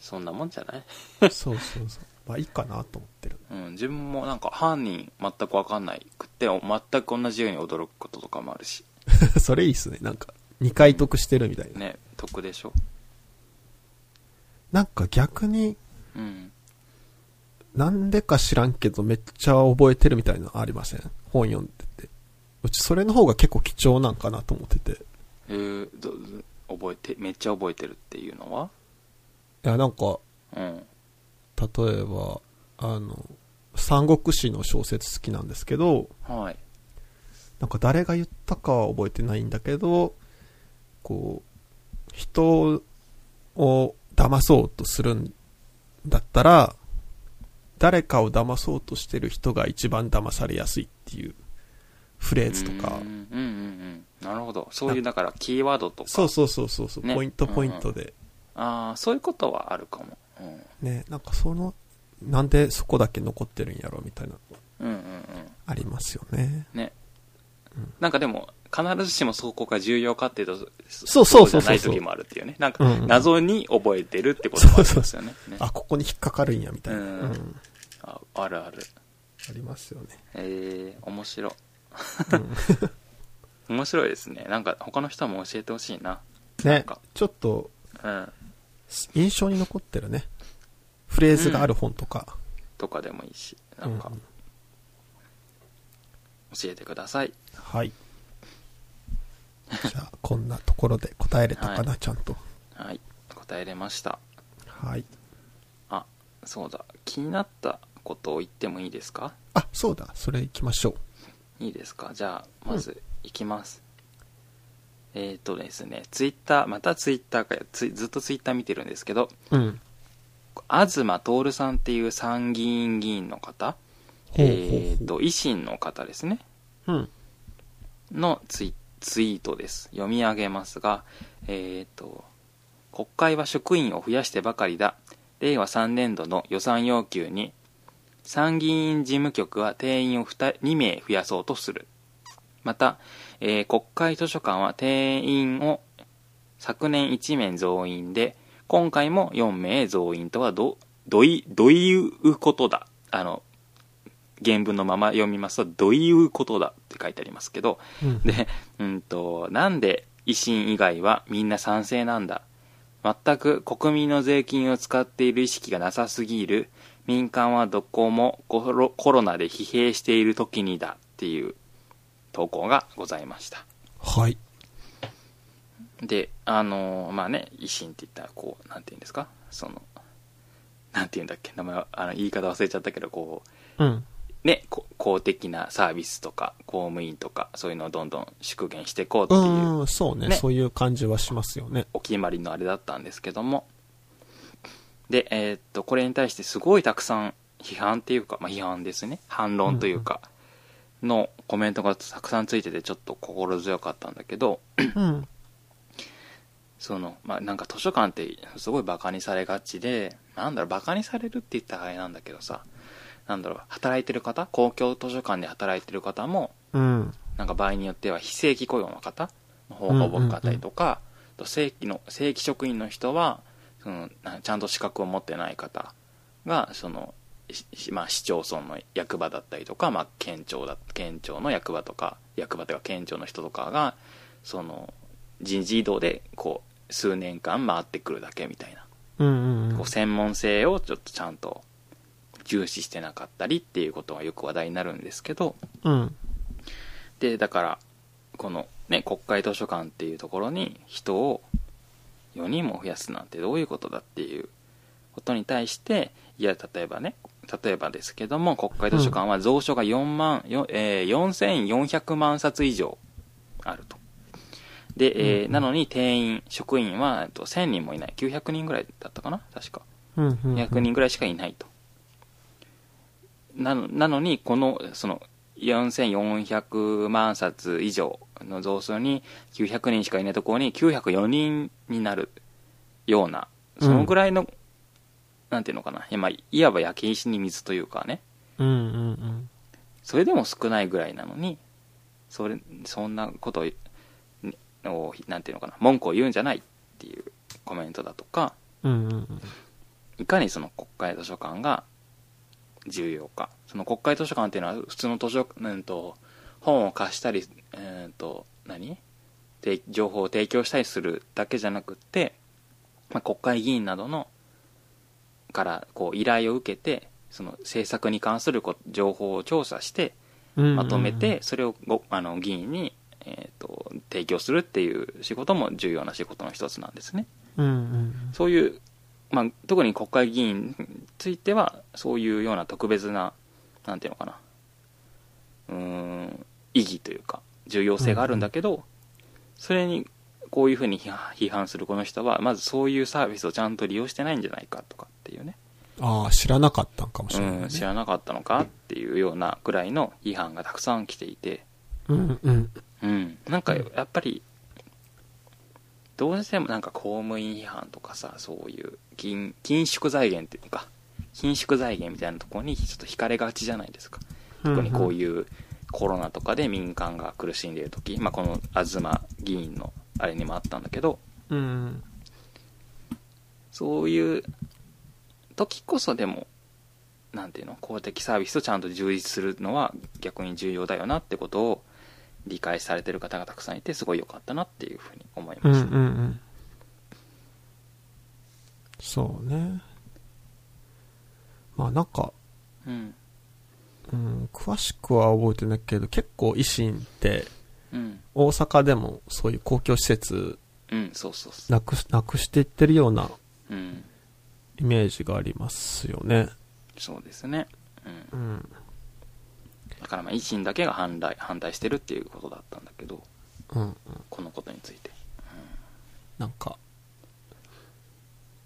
S1: そんなもんじゃない、
S2: そうそうそう。まあいいかなと思ってる。
S1: うん、自分もなんか犯人全く分かんないくって全く同じように驚くこととかもあるし
S2: それいいっすね。なんか、2回得してるみたいな。
S1: ね得でしょ
S2: なんか逆に、
S1: うん
S2: なんでか知らんけどめっちゃ覚えてるみたいなのありません本読んでて。うちそれの方が結構貴重なんかなと思ってて。い
S1: えー、ど覚えてめっちゃ覚えてるっていうのは
S2: や、なんか、
S1: うん
S2: 例えば、あの、三国志の小説好きなんですけど、
S1: はい
S2: なんか誰が言ったかは覚えてないんだけど、こう、人を騙そうとするんだったら、誰かを騙そうとしてる人が一番騙されやすいっていうフレーズとか
S1: う、んうんうんうんなるほどそういうだからキーワードとか
S2: そうそうそうそうそう、
S1: ね
S2: ポイントポイントで、
S1: ああそういうことはあるかも、うん、
S2: ね、なんかその、なんでそこだけ残ってるんやろみたいな、
S1: うんうんうん
S2: ありますよね。
S1: ね、なんかでも必ずしもそこが重要かっていうと
S2: そうそうそうそう
S1: じゃない時もあるっていうねなんか
S2: うんうん
S1: 謎に覚えてるってこともありますよねね
S2: あ、ここに引っかかるんやみたいな、
S1: うん
S2: うん
S1: ああるある
S2: ありますよ ね。
S1: えー、面白
S2: うん
S1: 面白いですねなんか他の人も教えてほしいななん
S2: ね
S1: か、
S2: ちょっと、
S1: うん
S2: 印象に残ってるねフレーズがある本とか、
S1: とかでもいいしなんか
S2: うん
S1: 教えてください
S2: はいじゃあこんなところで答えれたかな、
S1: は
S2: ちゃんと
S1: はい答えれました
S2: はい
S1: あそうだ気になったことを言ってもいいですか
S2: あそうだそれ行きましょ
S1: いいですかじゃあまずいきます、えっ、ー、とですねツイッターまたツイッターかついずっとツイッター見てるんですけど
S2: ううん
S1: 東徹さんっていう参議院議員の方
S2: ほうほうほう
S1: えっ、と維新の方ですね
S2: うん
S1: のツイツイートです読み上げますがえっ、と「国会は職員を増やしてばかりだ令和3年度の予算要求に参議院事務局は定員を 2, 2名増やそうとする」また、えー国会図書館は定員を昨年1名増員で今回も4名増員とはどどいどいうことだあの原文のまま読みますと「どいうことだ」って書いてありますけど
S2: うん
S1: で、うんと、なんで維新以外はみんな賛成なんだ全く国民の税金を使っている意識がなさすぎる民間はどこもコロコロナで疲弊している時にだっていう投稿がございました。
S2: はい
S1: で、あのーまあね、維新って言ったらこう、なんて言うんですかその、なんて言うんだっけ名前は、あの、言い方忘れちゃったけど、こう、
S2: うん
S1: ね、こ公的なサービスとか公務員とかそういうのをどんどん縮減していこうって
S2: う
S1: いうん
S2: うんそうね
S1: ね
S2: そういう感じはしますよね
S1: お決まりのあれだったんですけどもでえーっとこれに対してすごいたくさん批判っていうか、まあ、批判ですね反論というかのコメントがたくさんついててちょっと心強かったんだけど
S2: うん
S1: そのまあなんか図書館ってすごいバカにされがちでなんだろうバカにされるって言ったらあれなんだけどさなんだろう働いてる方公共図書館で働いてる方も
S2: うん
S1: なんか場合によっては非正規雇用の方の方が多かったりとか、あと正規の正規職員の人はそのなちゃんと資格を持ってない方がその、ししまあ、市町村の役場だったりとか、まあ、県庁だ県庁の役場とか役場というか県庁の人とかがその人事異動でこう数年間回ってくるだけみたいな、
S2: うんうんうん
S1: こう専門性をちょっとちゃんと重視してなかったりっていうことがよく話題になるんですけど
S2: うん
S1: でだからこのね国会図書館っていうところに人を4人も増やすなんてどういうことだっていうことに対していや例えばね例えばですけども国会図書館は蔵書が4万、よえー4400万冊以上あるとで、えー
S2: うん
S1: なのに定員職員はえっと1000人もいない900人ぐらいだったかな確か
S2: うんうんうん
S1: 200人ぐらいしかいないと。なのなのに、この、その、4400万冊以上の増数に900人しかいないところに904人になるような、そのぐらいの、なんていうのかな、いやまあ、いわば焼け石に水というかね、
S2: うんうんうん
S1: それでも少ないぐらいなのに、それ、そんなことを、ねをなんていうのかな、文句を言うんじゃないっていうコメントだとか、
S2: うんうん
S1: いかにその国会図書館が重要かその国会図書館っていうのは普通の図書、うん、と本を貸したり、うん、と何で情報を提供したりするだけじゃなくって、まあ、国会議員などのからこう依頼を受けてその政策に関するこ情報を調査して
S2: うん
S1: まとめてそれをごあの議員に、えー、と提供するっていう仕事も重要な仕事の一つなんですね。
S2: うんうん
S1: そういう、まあ、特に国会議員については、そういうような特別な、なんていうのかな、うーん、意義というか、重要性があるんだけど、それに、こういうふうに批判批判するこの人は、まずそういうサービスをちゃんと利用してないんじゃないかとかっていうね、
S2: ああ知らなかったんかもしれない
S1: うん、
S2: ね
S1: 知らなかったのかっていうようなぐらいの批判がたくさん来ていて、
S2: うんうん
S1: うん、なんかやっぱりどうしてもなんか公務員批判とかさそういう緊緊縮財源っていうか緊縮財源みたいなところにちょっと惹かれがちじゃないですか特にこう
S2: う
S1: いうコロナとかで民間が苦しんでいる時、まあ、この東議員のあれにもあったんだけど
S2: うんうん
S1: そういう時こそでもなんていうの公的サービスをちゃんと充実するのは逆に重要だよなってことを理解されてる方がたくさんいてすごい良かったなっていうふうに思いま
S2: うんう
S1: した、
S2: んうんそうねまあなんか
S1: うん
S2: うん詳しくは覚えてないけど結構維新って
S1: うん、
S2: 大阪でもそういう公共施設
S1: うん、そうそうそ
S2: なくすなくしていってるような
S1: う、うん、
S2: イメージがありますよね
S1: そうですね、うん、
S2: うん
S1: だからまあ維新だけが反対反対してるっていうことだったんだけど
S2: うん
S1: このことについて
S2: なんか、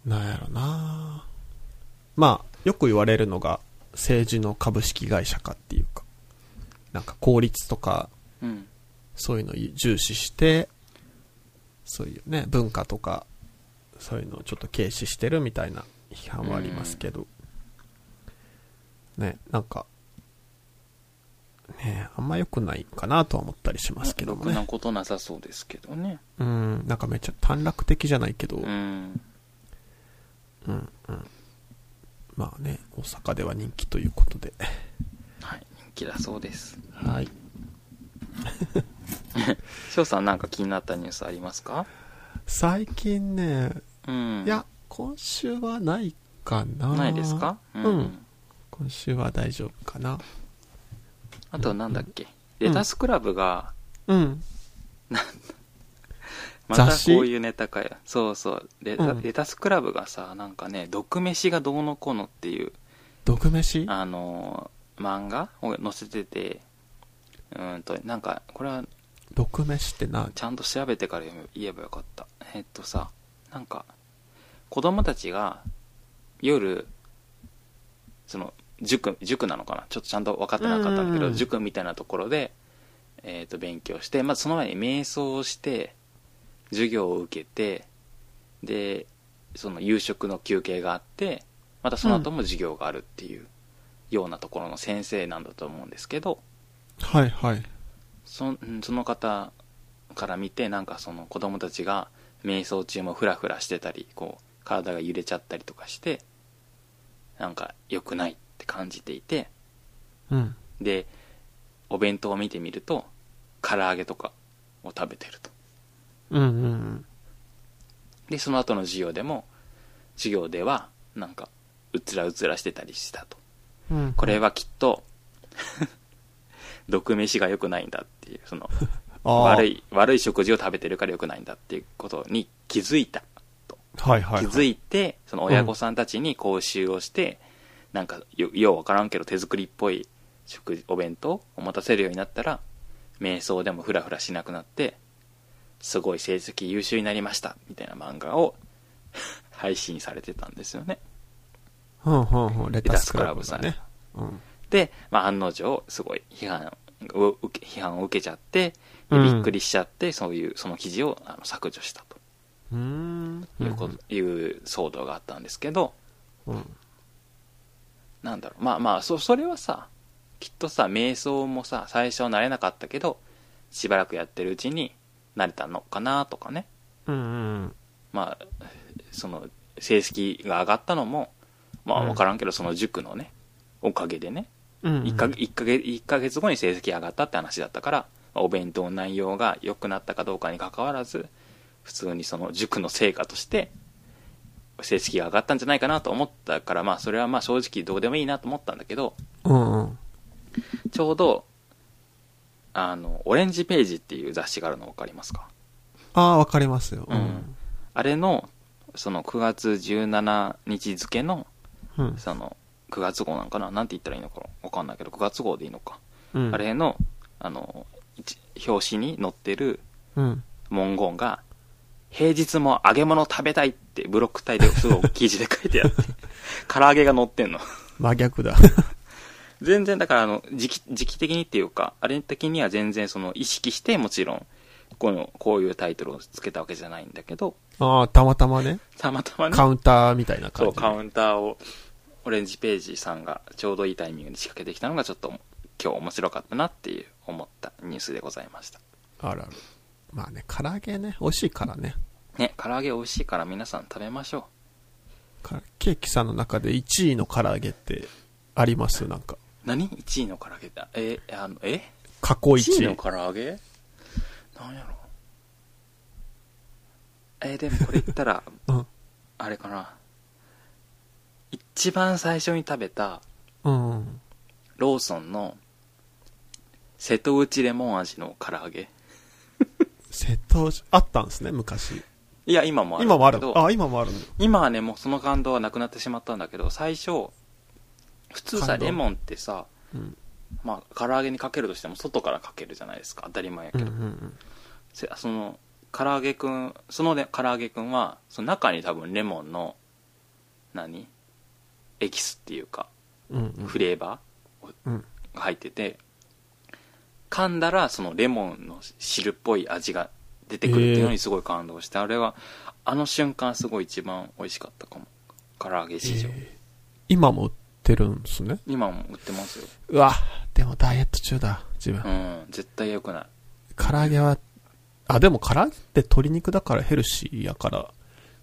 S2: なんやろなまあ、よく言われるのが、政治の株式会社化っていうか、なんか効率とか、
S1: うん
S2: そういうのを重視して、そういうね、文化とか、そういうのをちょっと軽視してるみたいな批判はありますけど、ね、なんか、ね、あんま良くないかなとは思ったりしますけど
S1: ろ
S2: も
S1: くな
S2: ね。
S1: ことなさそうですけどね
S2: うん、なんかめっちゃ短絡的じゃないけど、
S1: うん
S2: うんうん。まあね、大阪では人気ということで。
S1: はい人気だそうです
S2: はい。
S1: 翔さんなんか気になったニュースありますか
S2: 最近ね、
S1: うん
S2: いや、今週はないかな。
S1: ないですかうん、
S2: うん今週は大丈夫かな。
S1: あとなんだっけ
S2: うん
S1: レタスクラブが
S2: うん。
S1: また
S2: 雑誌
S1: こういうネタかよそうそうレタ,、
S2: うん
S1: レタスクラブがさなんかね毒飯がどうのこうのっていう
S2: 毒飯
S1: あのー漫画を載せててうーんとなんかこれは
S2: 毒飯ってな、
S1: ちゃんと調べてから読め言えばよかったえっとさなんか子供たちが夜その塾塾なのかなちょっとちゃんと分かってなかったんだけど、
S2: うん
S1: 塾みたいなところで、えっと勉強してまずその前に瞑想をして授業を受けてでその夕食の休憩があってまたその後も授業があるっていうようなところの先生なんだと思うんですけど、
S2: はいはい。
S1: そうんその方から見てなんかその子供たちが瞑想中もフラフラしてたりこう体が揺れちゃったりとかしてなんか良くないって感じていて
S2: うん。
S1: でお弁当を見てみると唐揚げとかを食べてると
S2: うんうんうん。
S1: で、その後の授業でも、授業では、なんか、うつらうつらしてたりしたと。
S2: うん
S1: これはきっと、 毒飯が良くないんだっていう、その、悪
S2: い。
S1: い、悪い食事を食べてるから良くないんだっていうことに気づいた。
S2: はいはい、は
S1: 気
S2: い。
S1: づいて、その親御さんたちに講習をして、なんかよ、ようわからんけど手作りっぽい食事、お弁当を持たせるようになったら、瞑想でもフラフラしなくなって、すごい成績優秀になりました、みたいな漫画を 配信されてたんですよね。
S2: うんうんうん。レタスクラブ
S1: レタスクラブさ
S2: さ
S1: ん
S2: ん
S1: ね
S2: ね。うん。
S1: で、まあ、案の定、すごい批判を受け、批判を受けちゃって、で
S2: うん
S1: びっくりしちゃって、そういう、その記事をあの削除した
S2: うーん。
S1: ということ、いう騒動があったんですけど、
S2: うん。
S1: なんだろう、まあまあ、そ、それはさ、きっとさ、瞑想もさ、最初は慣れなかったけど、しばらくやってるうちに慣れたのかなとかね。
S2: うんうん。
S1: まあ、その、成績が上がったのも、まあ
S2: うん
S1: わからんけど、その塾のね、おかげでね、
S2: うんうん。
S1: 1ヶ月、一ヶ月、一ヶ月後に成績上がったって話だったから、まあお弁当の内容が良くなったかどうかに関わらず、普通にその塾の成果として、成績が上がったんじゃないかなと思ったから、まあそれはまあ正直どうでもいいなと思ったんだけど、
S2: うんうん。
S1: ちょうど、あの、オレンジページっていう雑誌があるの分かりますか
S2: ああ、わかりますよ。
S1: うん。あれの、その9月17日付の、
S2: うん。
S1: その、9月号なんかななんて言ったらいいのか分かんないけど、9月号でいいのか。
S2: うん。
S1: あれの、あの、一表紙に載ってる
S2: うん。
S1: 文言が、平日も揚げ物食べたいってブロック体ですごい記事で書いてあ って、唐揚げが載ってんの。
S2: 真 逆だ。
S1: 全然だからあの時期時期的にっていうかあれ的には全然その意識してもちろんこのこういうタイトルをつけたわけじゃないんだけど
S2: ああ、たまたまね。
S1: たまたまね
S2: カウンターみたいな
S1: そ
S2: 感
S1: う
S2: じ。
S1: カウンターをオレンジページさんがちょうどいいタイミングで仕掛けてきたのがちょっと今日面白かったなっていう思ったニュースでございました
S2: あるある。まあね、唐揚げね、美味しいからね。
S1: ね唐揚げ美味しいから皆さん食べましょ
S2: かケーキさんの中で1位の唐揚げってありますなんか。
S1: う何1位の唐揚げだえあのえ
S2: 過去
S1: 1位
S2: 1
S1: の
S2: 位。
S1: 唐揚げなんやろえでもこれ言ったら
S2: うん。
S1: あれかな一番最初に食べた
S2: うんうん。
S1: ローソンの瀬戸内レモン味の唐揚げ
S2: 瀬戸内、あったんですね、昔。
S1: いや今もあるん
S2: 今もあ
S1: だけ
S2: る
S1: ど。
S2: あ、今もあるの。
S1: 今はねもうその感動はなくなってしまったんだけど最初普通さ
S2: 感動
S1: レモンってさ
S2: うん。
S1: まあ唐揚げにかけるとしても外からかけるじゃないですか当たり前やけ
S2: うんう
S1: ど、
S2: ん
S1: せその唐揚げくんそのね唐揚げくんはその中に多分レモンの何エキスっていうか
S2: うん。うんうん
S1: フレーバー、
S2: うん。
S1: が入ってて噛んだらそのレモンの汁っぽい味が出てくるっていうのにすごい感動して、あれはあの瞬間すごい一番美味しかったかも唐揚げ市場、
S2: えー今も売ってるんですね。
S1: 今も売ってますよ
S2: うわ、でもダイエット中だ、自分
S1: う。ん絶対良くない
S2: 唐揚げは、あ、でも唐揚げって鶏肉だからヘルシーやから、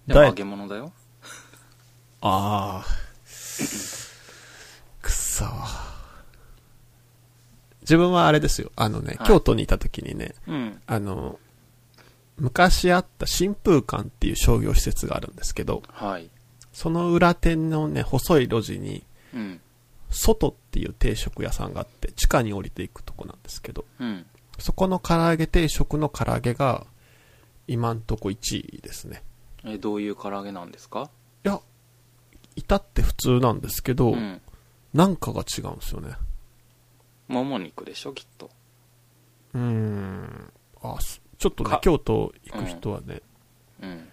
S1: でも
S2: ダイエ
S1: 揚
S2: ット
S1: げ、物だよ
S2: ああ。くそ。自分はあれですよ。あのね、
S1: はい
S2: 京都にいた時にね、
S1: うん
S2: あの、昔あった新風館っていう商業施設があるんですけど、
S1: はい
S2: その裏店のね、細い路地に、
S1: うん
S2: 外っていう定食屋さんがあって、地下に降りていくとこなんですけど、
S1: うん
S2: そこの唐揚げ定食の唐揚げが、今んとこ1位ですね。
S1: えどういう唐揚げなんですか
S2: いや、至って普通なんですけど、
S1: ん
S2: なんかが違うんですよね。
S1: もも肉でしょきっと
S2: うーん。あ、すちょっとね
S1: か、
S2: 京都行く人はね、
S1: うん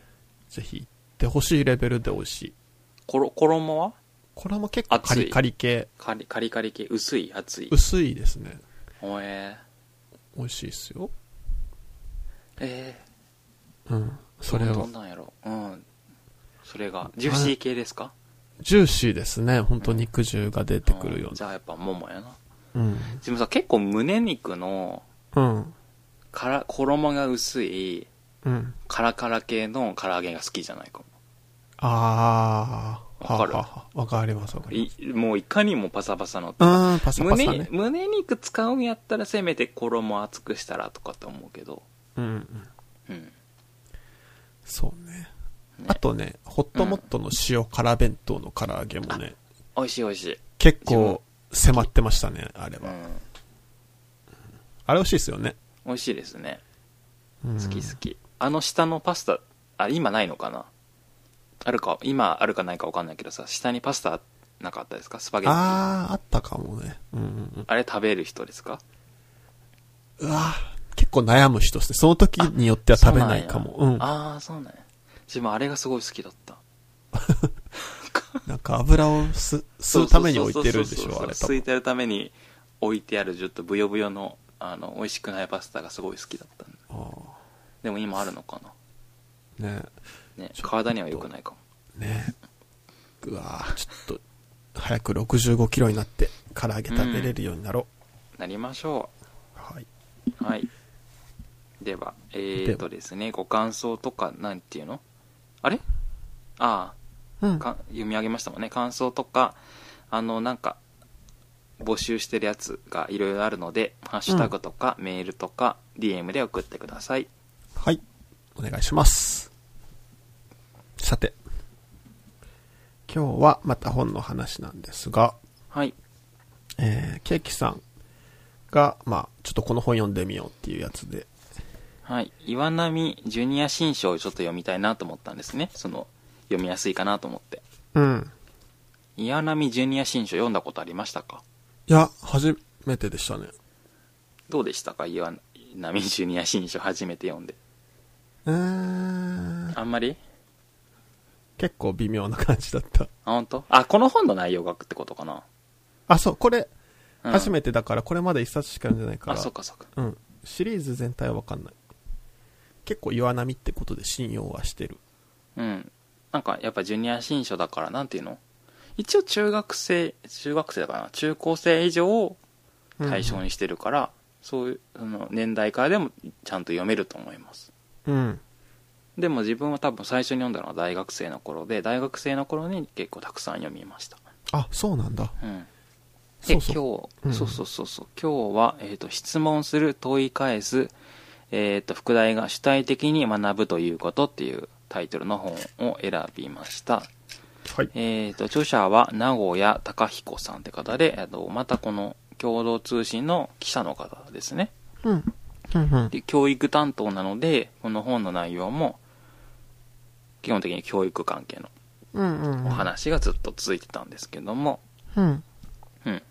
S2: ぜひ行ってほしいレベルで美味しい。
S1: ころ衣は
S2: これも結構カ
S1: 熱い
S2: リカリ系、
S1: カリカリカリ系薄い厚い
S2: 薄いですね。
S1: おえ
S2: 美味しいですよ。
S1: ーえー
S2: うん。それ
S1: ど
S2: は
S1: ん、なんやろうんそれがジューシー系ですか
S2: ジューシーですね。ほんと肉汁が出てくるよ
S1: うんじゃあやっぱももやな
S2: うな。
S1: でもさ結構胸肉の
S2: うん。うん。
S1: から衣が薄い
S2: うん。
S1: カラカラ系の唐揚げが好きじゃないかも
S2: あー。
S1: わかる
S2: はははわかります、わかります。
S1: いもういかにもパサパサの
S2: うーん、パサパサ
S1: 胸
S2: ね。
S1: 胸肉使うんやったらせめて衣厚くしたらとかって思うけど
S2: うんうん。
S1: うん
S2: そうね。あとね、ホットモットの塩辛弁当の唐揚げもね、
S1: 美味しい美味しい。
S2: 結構迫ってましたね、あれ
S1: う
S2: は。
S1: ん。
S2: あれ美味しいですよね。
S1: 美味しいですね。
S2: うん
S1: 好き好き。あの下のパスタ、あ、今ないのかなあるか、今あるかないかわかんないけどさ、下にパスタなかったですかスパゲッティ。あ
S2: あー、あったかもね。うんうんうん。
S1: れ食べる人ですか
S2: うわー結構悩む人ですね。その時によっては食べないかも。。
S1: そううんなんやああ、そうなんや。自分あれがすごい好きだった。
S2: なんか油を吸吸うために置いてるんでし
S1: そうそうそう
S2: ょ、
S1: そ
S2: あ
S1: う
S2: れ多
S1: 吸い
S2: 分。
S1: てるために置いてあるちょっとブヨブヨのあの美味しくないパスタがすごい好きだったんで
S2: あ
S1: でも今あるのか
S2: ーね
S1: な、ね
S2: ちょっ、と
S1: 体には良くないかも
S2: ねうわーちょっと、早く65キロになって、唐揚げ食べれるようになろ
S1: なりましょ
S2: う。はい。
S1: うはいではえー、とですねご感想とかなんていうのあれあ
S2: う
S1: あ
S2: ん。
S1: か読み上げましたもんね感想とかあのなんか募集してるやつがいろいろあるので、ハッシュタグとかメールとか DM で送ってください
S2: はい。お願いします。さて。今日はまた本の話なんですが、
S1: はい
S2: えー、ケーキさんが、まあちょっとこの本読んでみようっていうやつで、
S1: はい、岩波ジュニア新書をちょっと読みたいなと思ったんですねその読みやすいかなと思って
S2: うん。
S1: 岩波ジュニア新書読んだことありましたか
S2: いや、初めてでしたね。
S1: どうでしたか岩波ジュニア新書初めて読んで
S2: うーん。
S1: あんまり
S2: 結構微妙な感じだった。
S1: あ本当あこの本の内容がってことかな、
S2: あ、そう、これ、
S1: うん
S2: 初めてだから、これまだ一冊しか読んでないから。
S1: あそっかそっか
S2: うん。シリーズ全体はわかんない。結構岩波ってことで信用はしてる。
S1: うんなんかやっぱジュニア新書だからなんていうの一応中学生中学生だからな中高生以上を対象にしてるから、そういうあの年代からでもちゃんと読めると思います
S2: うん。
S1: でも自分は多分最初に読んだのは大学生の頃で大学生の頃に結構たくさん読みました、
S2: あ、そうなんだ。
S1: うん、で
S2: そうそう。
S1: 今
S2: うん
S1: 日そうそうそうそう今日は、えー、と質問する問い返す、えー、と副題が主体的に学ぶということっていうタイトルの本を選びました
S2: はい。
S1: えー、と著者は名古屋隆彦さんって方で、えー、とまたこの共同通信の記者の方ですね
S2: うん。うん。
S1: で教育担当なのでこの本の内容も基本的に教育関係の
S2: うん。うん。
S1: お。話がずっと続いてたんですけども、
S2: うん。
S1: うん、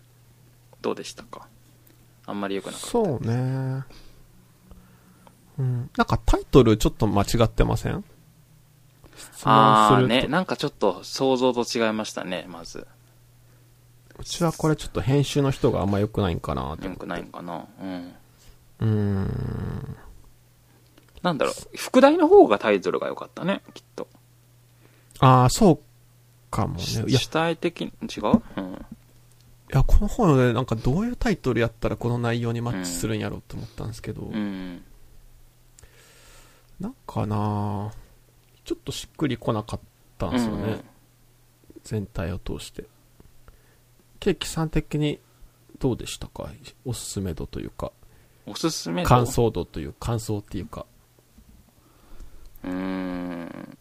S1: どうでしたかあんまり良くなかった
S2: そうね。うん。なんかタイトルちょっと間違ってません質問
S1: あ
S2: す
S1: あ
S2: ると。
S1: ねなんかちょっと想像と違いましたねまず
S2: うちはこれちょっと編集の人があんま良くないんかなと
S1: 良。くないのかなうん
S2: うーん。
S1: なんだろう副題の方がタイトルが良かったねきっと、
S2: ああ、そうかもね。いや
S1: 主、体的に違う、うん、
S2: いや、この本でなんかどういうタイトルやったらこの内容にマッチするんやろうって思ったんですけど、
S1: うん
S2: なんかなちょっとしっくりこなかったんですよね、
S1: うん
S2: 全体を通して。ケーキさん的にどうでしたかおすすめ度というか、
S1: おすすめの
S2: 感想度という感想っていう か。
S1: うーん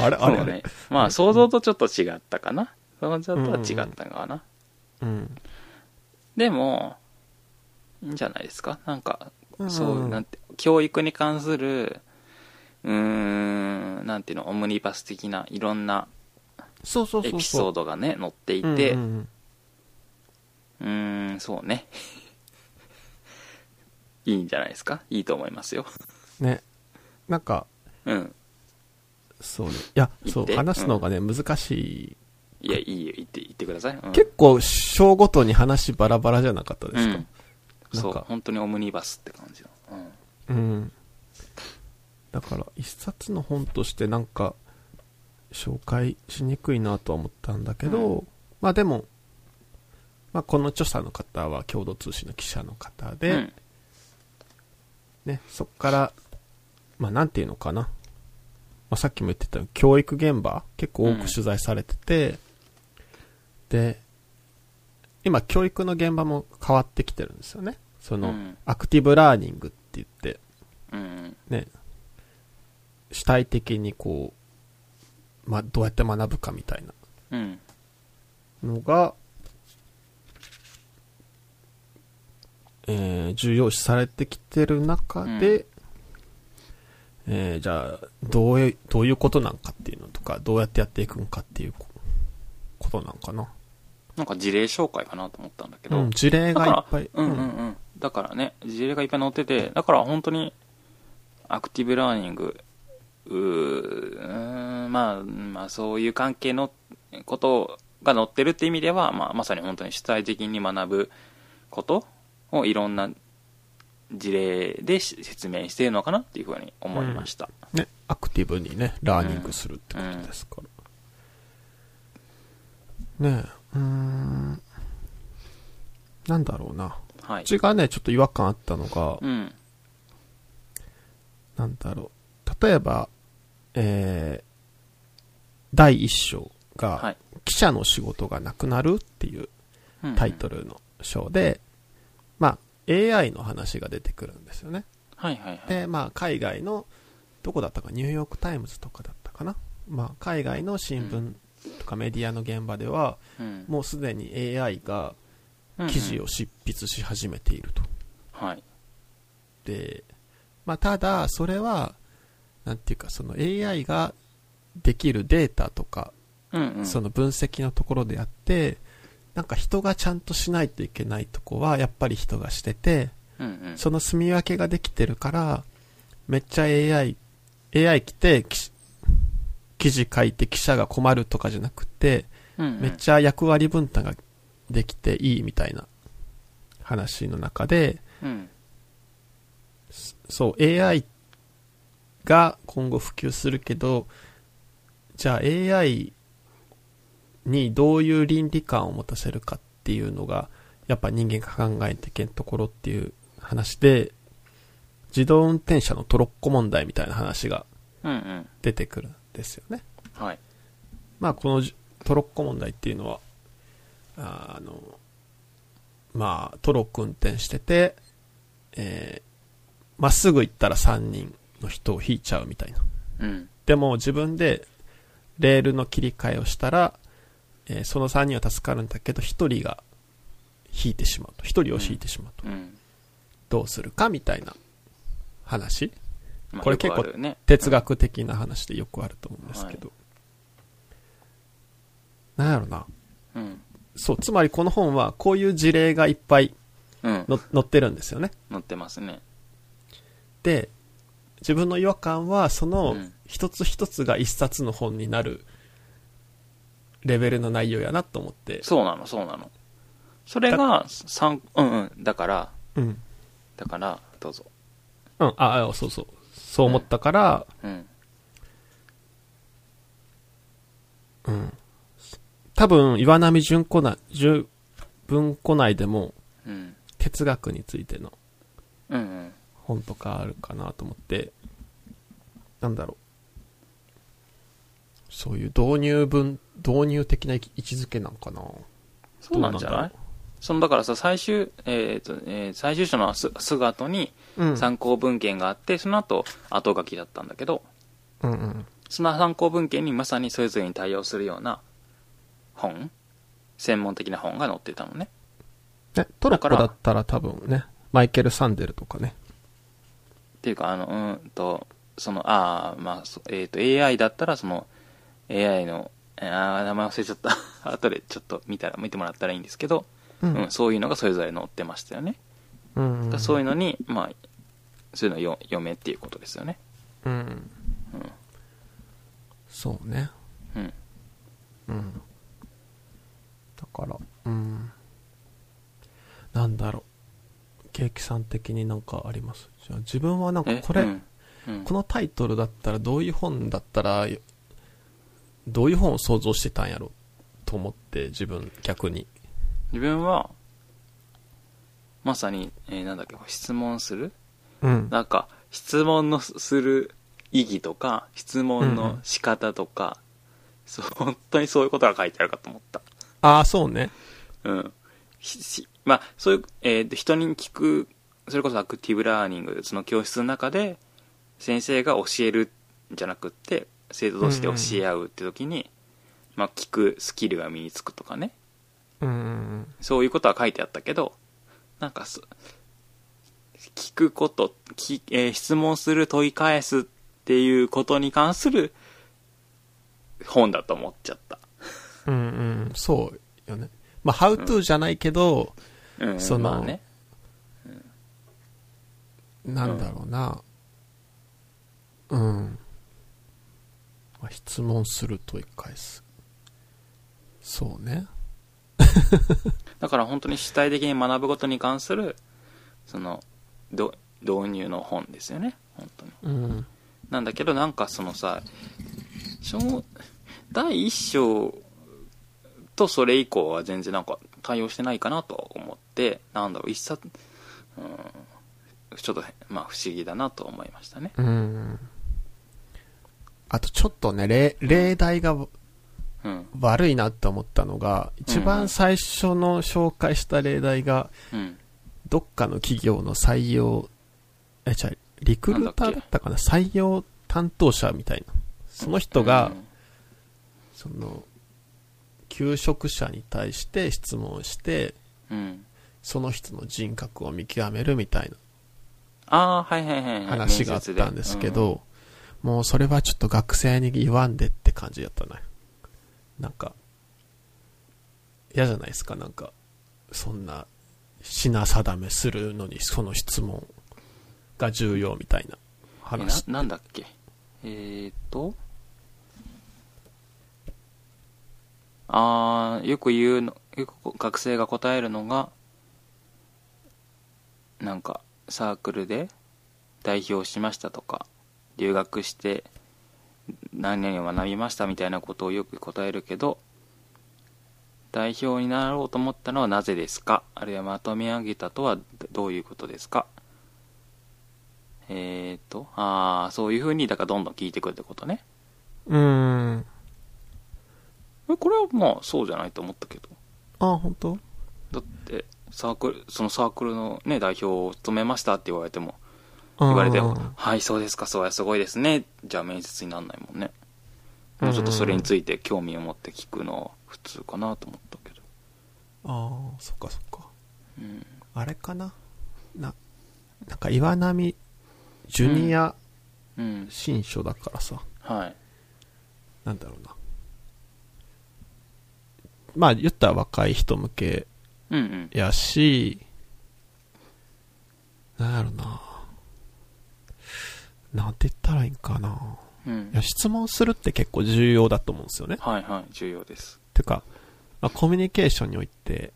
S2: あれあれ
S1: そ
S2: あ
S1: う
S2: れ、
S1: ねまあ想像とちょっと違ったかな想像とは違ったかな、
S2: うん。
S1: でもいいんじゃないですかなんか
S2: うん
S1: そうなんて教育に関するうーんなんていうのオムニバス的ないろんな
S2: そうそうそうそう。
S1: エピソードがね載っていて
S2: うんう
S1: うんーんそうね いいんじゃないですかいいと思いますよ
S2: うんね。なんか、
S1: うん
S2: そうね。いや、そ
S1: 言っ、
S2: う
S1: て
S2: 話すのがね、難し
S1: いやいいよ言って言ってください、う
S2: い。
S1: ん、
S2: 結構、章ごとに話バラバラじゃなかったですか、
S1: うん、
S2: な
S1: そ
S2: ん
S1: う
S2: か
S1: 本当にオムニバスって感じの、うん、
S2: うん。だから、一冊の本としてなんか、紹介しにくいなとは思ったんだけど、
S1: う
S2: まあでも、まあこの著者の方は共同通信の記者の方で、
S1: うん
S2: ね、そっから、まあなんていうのかな。まあさっきも言ってたように教育現場結構多く取材されてて、で、今教育の現場も変わってきてるんですよね。その、
S1: うん
S2: アクティブラーニングって言って、
S1: うん
S2: ね、主体的にこう、ま、どうやって学ぶかみたい
S1: う
S2: な
S1: ん。
S2: のが、えー重要視されてきてる中で、えーじゃあ、どうい、どういうことなんかっていうのとか、どうやってやっていくんかっていうこことなんかな。
S1: なんか事例紹介かなと思ったんだけ
S2: う
S1: ど、
S2: ん、事例がいっぱい。
S1: うんうんうん。だからね、事例がいっぱい載ってて、だから本当に、アクティブラーニング、うーうーん、まあ、まあ、そういう関係のことが載ってるって意味では、まあ、まさに本当に主体的に学ぶことをいろんな事例でし説明しているのかなっていうふうに思いました。
S2: ね、アクティブにね、ラーニングするってことですから。ねえ、うーん。なんだろうな。
S1: は
S2: う
S1: い。
S2: ちがね、ちょっと違和感あったのが
S1: う、ん。
S2: なんだろう。例えば、えー、第一章
S1: は
S2: が
S1: い、
S2: 記者の仕事がなくなるっていう
S1: うん
S2: タイト。ルの章で、まあ、AI の話が出てくるんですよね。
S1: はいはいはい。
S2: で、まあ、海外の、どこだったか、ニューヨークタイムズとかだったかな。まあ、海外の新聞とかメディアの現場では、
S1: うん
S2: もうすでに AI が
S1: うんうん
S2: 記事を執筆し始めていると。
S1: はい。
S2: で、まあ、ただ、それは、なんていうか、その AI ができるデータとか、
S1: うんうん。
S2: その分析のところであって、なんか人がちゃんとしないといけないとこは、やっぱり人がしてて、
S1: うんうん。
S2: その住み分けができてるから、めっちゃ AI、AI 来て、き記事書いて記者が困るとかじゃなくて、
S1: うんうん
S2: めっちゃ役割分担ができていいみたいな話の中で、
S1: うん。
S2: そう AI が今後普及するけど、じゃあ AI にどういう倫理観を持たせるかっていうのが、やっぱ人間が考えていけんところっていう話で、自動運転車のトロッコ問題みたいな話が
S1: うんうん。
S2: 出てくるんですよね。
S1: はい。
S2: まあ、このじトロッコ問題っていうのは、ああの、まあ、トロッコ運転してて、えーまっすぐ行ったら3人の人を引いちゃうみたいな。
S1: うん。
S2: でも自分でレールの切り替えをしたら、えーその3人は助かるんだけど、1人が引いてしまうと。1人を引いてしまうと。
S1: うん。
S2: どうするかみたいな話。
S1: まあ
S2: これ結構
S1: よくあるね
S2: 哲学的な話でよくあると思うんですけど。なんやろな。
S1: うん。
S2: そう、つまりこの本はこういう事例がいっぱい
S1: うん。
S2: の載ってるんですよね。
S1: 載ってますね。
S2: で、自分の違和感はその
S1: うん
S2: 一つ一つが一冊の本になるレベルの内容やなと思って。
S1: そうなの、そうなの。それが、三、うんうん。だから、
S2: うん。
S1: だから、どうぞ。
S2: うん、あ、あそうそう。そう思ったから、
S1: うん。
S2: うん。多分、岩波純子内、純文庫内でも
S1: うん。
S2: 哲学についての
S1: うんうん。
S2: 本とかあるかなと思って、なんだろう。そういう導入文、導入的な位置づけなんかな
S1: そうなんじゃ
S2: どう
S1: な
S2: なん
S1: い
S2: だ
S1: その、だからさ、最終、えっ、と、えー最終章のす姿に
S2: うん
S1: 参考文献があって、その後、後書きだったんだけど、
S2: うんうん。
S1: その参考文献にまさにそれぞれに対応するような本専門的な本が載ってたのね。
S2: ね、トロッコ
S1: だか
S2: だ
S1: ら
S2: ったら多分ね、マイケル・サンデルとかね。
S1: っていうかあのうーんとそのああまあそえっ、と AI だったらその AI のあー名前忘れちゃった 後でちょっと見たら見てもらったらいいんですけど、
S2: う
S1: うんそういうのがそれぞれ載ってましたよね、
S2: うん
S1: だからそういうのにまあそういうのをよ読めっていうことですよね
S2: うん。うん。
S1: うん
S2: そうね。
S1: うん
S2: うん。だから、うん。なんだろう。ケーキさん的になんかありますじゃあ自分はなんか
S1: え
S2: これ、
S1: うんうん
S2: このタイトルだったらどういう本だったらどういう本を想像してたんやろと思って自分逆に
S1: 自分はまさに、えーなんだっけ質問する
S2: うん
S1: なんか質問のすする意義とか質問
S2: うん
S1: の
S2: うん
S1: 仕方とか、そう 本当にそういうことが書いてあるかと思った
S2: ああそうね
S1: うん。ひしまあ、そういう、えーと人に聞く、それこそアクティブラーニング、その教室の中で、先生が教えるんじゃなくって生徒同士で教え合うって時に、まあ、聞くスキルが身につくとかね
S2: うんうん
S1: そういうことは書いてあったけどなんかそ聞くことき、えー質問する問い返すっていうことに関する本だと思っちゃった、
S2: うんうんうんそうよねまあ How to じゃないけど、
S1: うん、
S2: その
S1: まあね
S2: なんだろうなうん、まあ、質問する問い返すそうね
S1: だから本当に主体的に学ぶことに関するそのど導入の本ですよね本当に
S2: うん
S1: なんだけどなんかそのさ小第1章とそれ以降は全然なんか対応してないかなとは思ってなんだろう一冊、うん、ちょっとまあ不思議だなと思いましたね
S2: うんあとちょっとね例例題が
S1: うん
S2: 悪いなって思ったのが一番最初の紹介した例題が、
S1: うん
S2: どっかの企業の採用、え、じゃあリクルーターだったかな採用担当者みたいな。その人が、その、求職者に対して質問して、
S1: うん、うん
S2: その人の人格を見極めるみたい
S1: ああはいはいはい、はい、
S2: な話があったんですけど、もうそれはちょっと学生に言わんでって感じだったね。なんか、嫌じゃないですか、なんか、そんな、品定めするのにその質問が重要みたいな
S1: うん、え
S2: 話。
S1: ななんだっけえー、っとああよく言うのよく学生が答えるのがなんかサークルで代表しましたとか留学して何々を学びましたみたいなことをよく答えるけど代表になろうと思ったのはなぜですかあるいはまとめ上げたとはどういうことですかえー、とああそういうふうにだからどんどん聞いてくるってことね
S2: うーん。
S1: えこれはまあそうじゃないと思ったけど
S2: あ、本当
S1: だってサークルそのサークルのね代表を務めましたって言われても
S2: 言
S1: 言われても「はいそうですかそうやすごいですね」じゃあ面接になんないもんねもうちょっとそれについて興味を持って聞くのは普通かなと思ったけど
S2: ああ、そっかそっか。
S1: うん
S2: あれかなな、なんか岩波、ジュニア
S1: うん
S2: 新書だからさ。
S1: はい
S2: なんだろうな。まあ、言ったら若い人向け
S1: うんうん
S2: やし、なんだろうな。なんて言ったらいいんかな。
S1: うん
S2: いや、質問するって結構重要だと思うんですよね。
S1: はいはい重要です
S2: てか、まあ、コミュニケーションにおいて、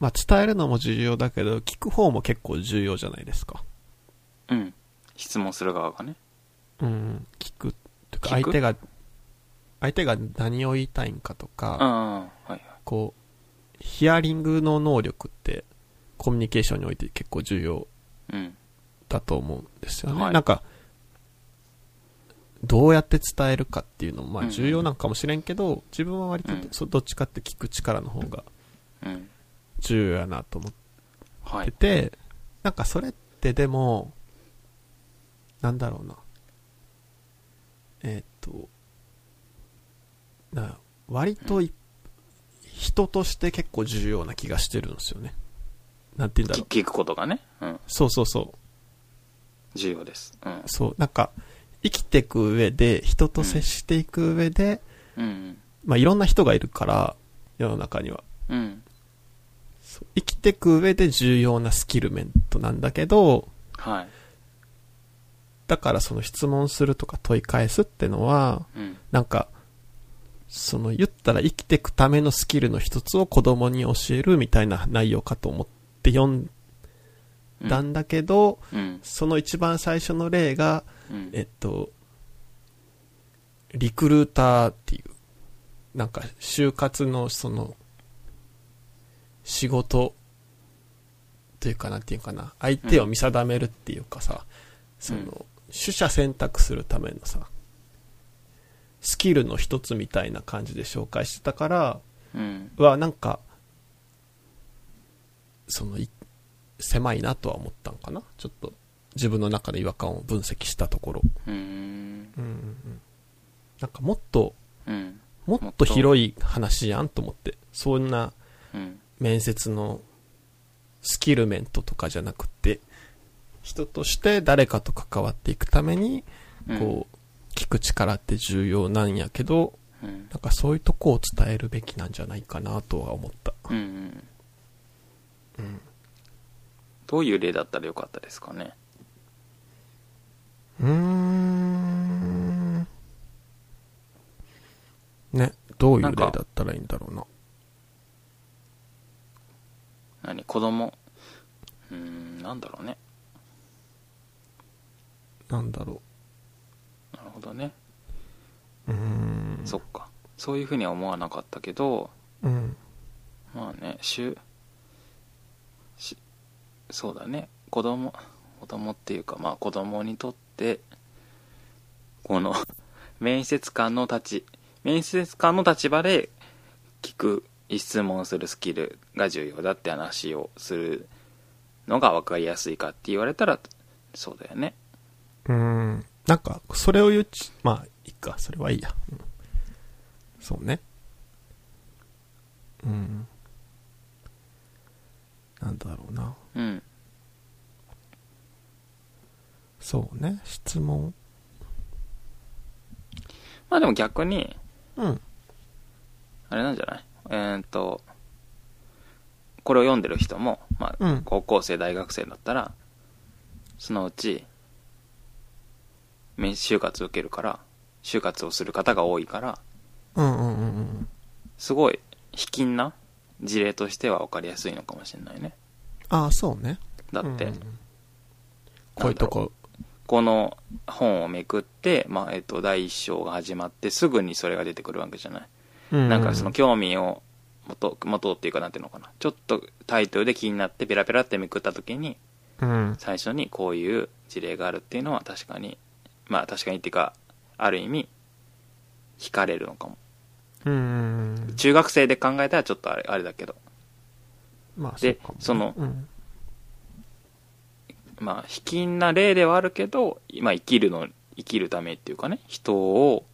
S2: まあ、伝えるのも重要だけど、聞く方も結構重要じゃないですか。
S1: うん質問する側がね
S2: うん、聞く。てか、
S1: 聞く
S2: 相手が、相手が何を言いたいんかとか、
S1: ああはいはい
S2: こう、ヒアリングの能力って、コミュニケーションにおいて結構重要
S1: うん
S2: だと思うんですよね。
S1: はい
S2: なんか、どうやって伝えるかっていうのも、ま
S1: う
S2: あ
S1: ん
S2: 重要なんかもしれんけど、自分は割と
S1: うん
S2: そ、どっちかって聞く力の方が
S1: うん
S2: 重要やなと思
S1: は
S2: って
S1: い
S2: て、なんかそれってでも、なんだろうな。えーっと、な割とい、人として結構重要な気がしてるんですよね。なんて言うんだろ
S1: き
S2: う。
S1: 聞くことがねうん
S2: そうそうそう。
S1: 重要ですうん
S2: そう、なんか、生きていく上で、人と接していく上で、
S1: うん
S2: まあ、いろんな人がいるから、世の中には。
S1: うん
S2: そう生きていく上で重要なスキルメントなんだけど、
S1: はい
S2: だからその質問するとか問い返すってのは、
S1: うん
S2: なんか、その言ったら生きていくためのスキルの一つを子供に教えるみたいな内容かと思って読んだんだけど、
S1: うん
S2: その一番最初の例が、
S1: うん
S2: えっと、リクルーターっていう、なんか、就活の、その、仕事、というかなんていうかな、相手を見定めるっていうかさ、その、
S1: うん
S2: 取捨選択するためのさ、スキルの一つみたいな感じで紹介してたから、
S1: うん
S2: は、なんか、その、い狭いなとは思ったんかなちょっと、自分の中で違和感を分析したところ。
S1: うーん。
S2: うんうんうん。なんかもっと、
S1: うん。
S2: もっと広い話やんと思って。そんな
S1: うん。
S2: 面接のスキルメントとかじゃなくて、人として誰かと関わっていくために、こう、聞く力って重要なんやけど、
S1: うん。うん。
S2: なんかそういうとこを伝えるべきなんじゃないかなとは思った。
S1: うんうん。
S2: うん。
S1: どういう例だったらよかったですかね。
S2: うーん。ね、どういう
S1: な
S2: 例
S1: んか
S2: だったらいいんだろうな。
S1: 何子供。うーん、なんだろうね。
S2: なんだろ
S1: なるほどね。
S2: う。うーん。
S1: そっか。そういうふうには思わなかったけど、
S2: うん。
S1: まあね、しゅ、し、そうだね。子供、子供っていうか、まあ子供にとって、この、 面接官の立ち、面接官の立場で聞く、質問するスキルが重要だって話をするのが分かりやすいかって言われたら、そうだよね。
S2: うーん。なんか、それを言っち、まあ、いいか、それはいいや。うんそうね。うん。なんだろうな。
S1: うん。
S2: そうね。質問。
S1: まあでも逆に、
S2: うん。
S1: あれなんじゃないえーっと、これを読んでる人も、まあ、
S2: うん
S1: 高校生、大学生だったら、そのうち、面就活受けるから、就活をする方が多いから、
S2: うんうんうんうん。
S1: すごい、卑近な事例としては分かりやすいのかもしれないね。
S2: ああ、そうね。
S1: だって、
S2: うんうんうんこういうとこ、
S1: この本をめくって、まあ、えっと、第一章が始まって、すぐにそれが出てくるわけじゃない。なんかその興味を持とう持とうっていうかなんていうのかな。ちょっとタイトルで気になってペラペラってめくった時に、
S2: うん、
S1: 最初にこういう事例があるっていうのは確かに、まあ確かにっていうか、ある意味、惹かれるのかも。
S2: うんうんうん、
S1: 中学生で考えたらちょっとあれあれだけど、
S2: まあ、
S1: で
S2: うかもね
S1: その
S2: うん、
S1: まあ、卑近な例ではあるけど、まあ生きるの、生きるためっていうかね、人を、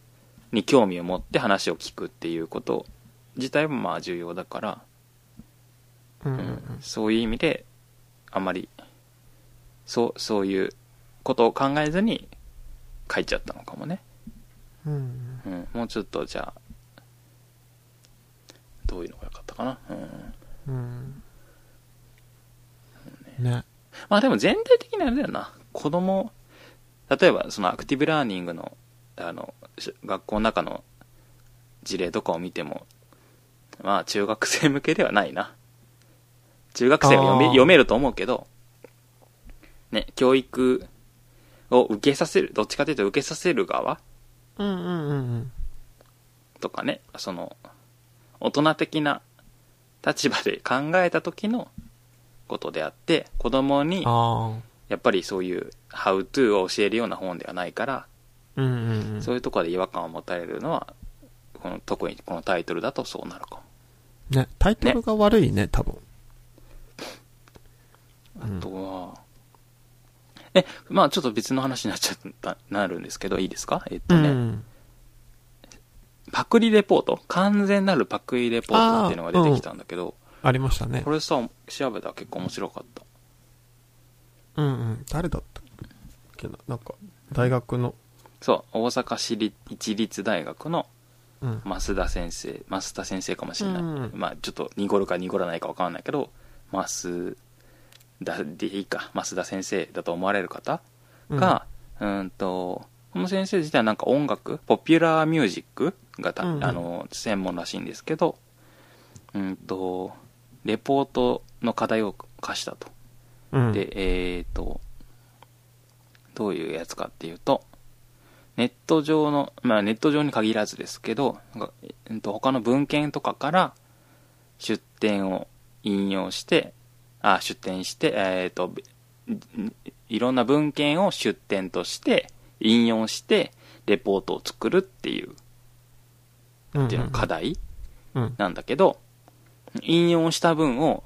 S1: に興味を持って話を聞くっていうこと自体もまあ重要だから、
S2: うんうんう
S1: うん
S2: ん、
S1: そういう意味であまりそうそういうことを考えずに書いちゃったのかもね、
S2: うんうん、
S1: うん、もうちょっとじゃあどういうのが良かったかな、うん、
S2: うん、ね、
S1: まあでも全体的にあれだよな子供例えばそのアクティブラーニングのあのし学校の中の事例とかを見てもまあ中学生向けではないな中学生は読め
S2: あー
S1: 読めると思うけどね教育を受けさせるどっちかというと受けさせる側
S2: うんうんうんうん、
S1: とかねその大人的な立場で考えた時のことであって子供に
S2: あ
S1: やっぱりそういう「How to」を教えるような本ではないから、
S2: あ、うんうんうん、
S1: そういうところで違和感を持たれるのはこの特にこのタイトルだとそうなるかも
S2: ね、タイトルが悪いね、多分。
S1: あ
S2: うん
S1: とは、えまあちょっと別の話になっちゃったなるんですけどいいですかえっとね、
S2: うん、
S1: パクリレポート完全なるパクリレポートっていうのが出てきたんだけど、
S2: ありましたね
S1: こ。れさ調べたら結構面白かった
S2: うんうん、誰だったっけな、なんか、大学の、
S1: そう大阪市立一律大学の
S2: うん、
S1: 増田先生増田先生かもしれない、
S2: うん
S1: まあちょっと濁るか濁らないか分からないけど増田でいいか増田先生だと思われる方が、うん、とこの先生自体はなんか音楽ポピュラーミュージックがた、
S2: うん
S1: あの専門らしいんですけどうんとレポートの課題を課したと
S2: うん、
S1: で、えっ、と、どういうやつかっていうと、ネット上の、まあネット上に限らずですけど、なんかえーと他の文献とかから出典を引用して、あ、出典して、えっ、と、べんいろんな文献を出典として、引用して、レポートを作るっていう、
S2: うん、
S1: っていうのが課題
S2: うん、
S1: なんだけど、引用した文を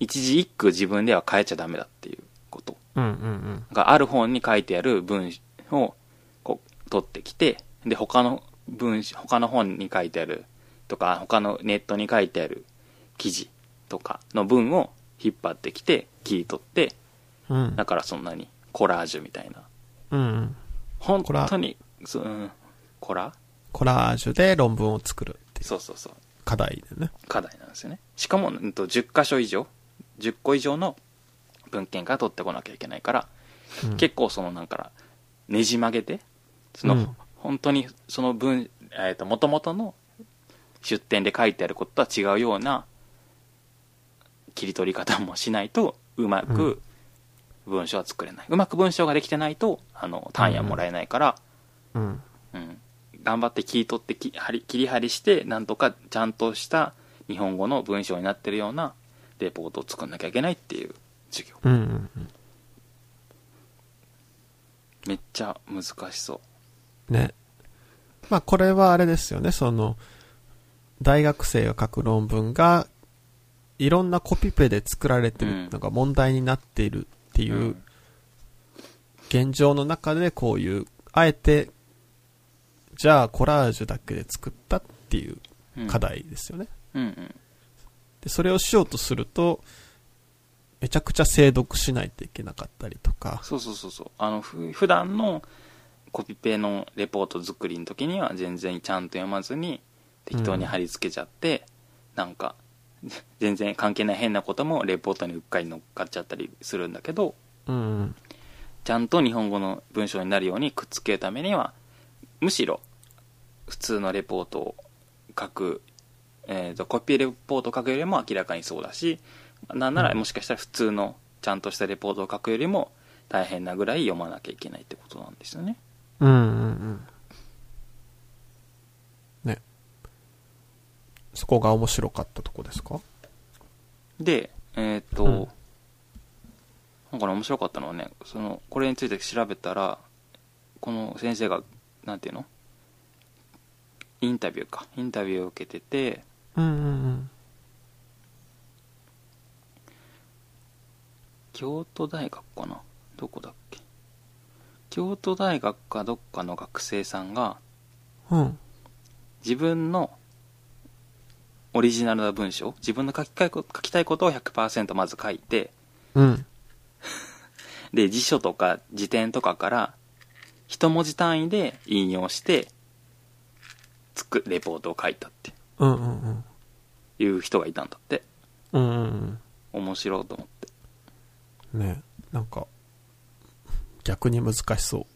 S1: 一字一句自分では変えちゃダメだっていうこと。
S2: うん、うんうん
S1: なんかある本に書いてある文をこう取ってきて、で、他の文章、他の本に書いてあるとか、他のネットに書いてある記事とかの文を引っ張ってきて、切り取って、
S2: うん。うん。
S1: だからそんなにコラージュみたいな。
S2: うんうん。
S1: 本
S2: コラ
S1: 当に、そう、うん、コラ
S2: コラージュで論文を作るっていう
S1: そうそうそう。
S2: 課題でね。
S1: 課題なんですよね。しかも、うんと、10箇所以上、10個以上の文献から取ってこなきゃいけないから、
S2: うん
S1: 結構そのなんかねじ曲げてその、
S2: うん
S1: 本当にその分、えー、と元々の出典で書いてあることとは違うような切り取り方もしないとうまく文章は作れない、うまく文章ができてないとあの単位はもらえないから、
S2: うん。
S1: うん頑張って切り取ってき張り切り張りしてなんとかちゃんとした日本語の文章になってるようなレポートを作んなきゃいけないっていう授業
S2: うんうんうん。
S1: めっちゃ難しそう
S2: ね。まあこれはあれですよね、その、大学生が書く論文が、いろんなコピペで作られてるのが問題になっているっていううん現状の中でこういう、あえて、じゃあコラージュだけで作ったっていう
S1: うん
S2: 課題ですよね。
S1: うんうん
S2: で、それをしようとすると、めちゃくちゃ精読しないといけなかったりとか。
S1: そうそうそうそうあのふ普段のコピペのレポート作りの時には全然ちゃんと読まずに適当に貼り付けちゃって、なんか全然関係ない変なこともレポートにうっかり乗っかっちゃったりするんだけど
S2: うん。
S1: ちゃんと日本語の文章になるようにくっつけるためにはむしろ普通のレポートを書く、えー、とコピーレポートを書くよりも明らかにそうだしなんなら
S2: うん
S1: もしかしたら普通のちゃんとしたレポートを書くよりも大変なぐらい読まなきゃいけないってことなんですよね。
S2: うんうんうん。ね。そこが面白かったとこですか
S1: でえっ、と、
S2: うん
S1: なんかね面白かったのはねそのこれについて調べたらこの先生がなんていうのインタビューかインタビューを受けてて
S2: うんうん
S1: 京都大学かなどこだっけ京都大学かどっかの学生さんが
S2: うん。うん。
S1: 自分のオリジナルな文章自分の書きたいこと書きたいことを100%まず書いて
S2: うん。
S1: で辞書とか辞典とかから一文字単位で引用してつくレポートを書いたって
S2: うんうんうん。
S1: いう人がいたんだって
S2: うんうん
S1: 面白いと思って
S2: うん。ね。なんか、逆に難しそう。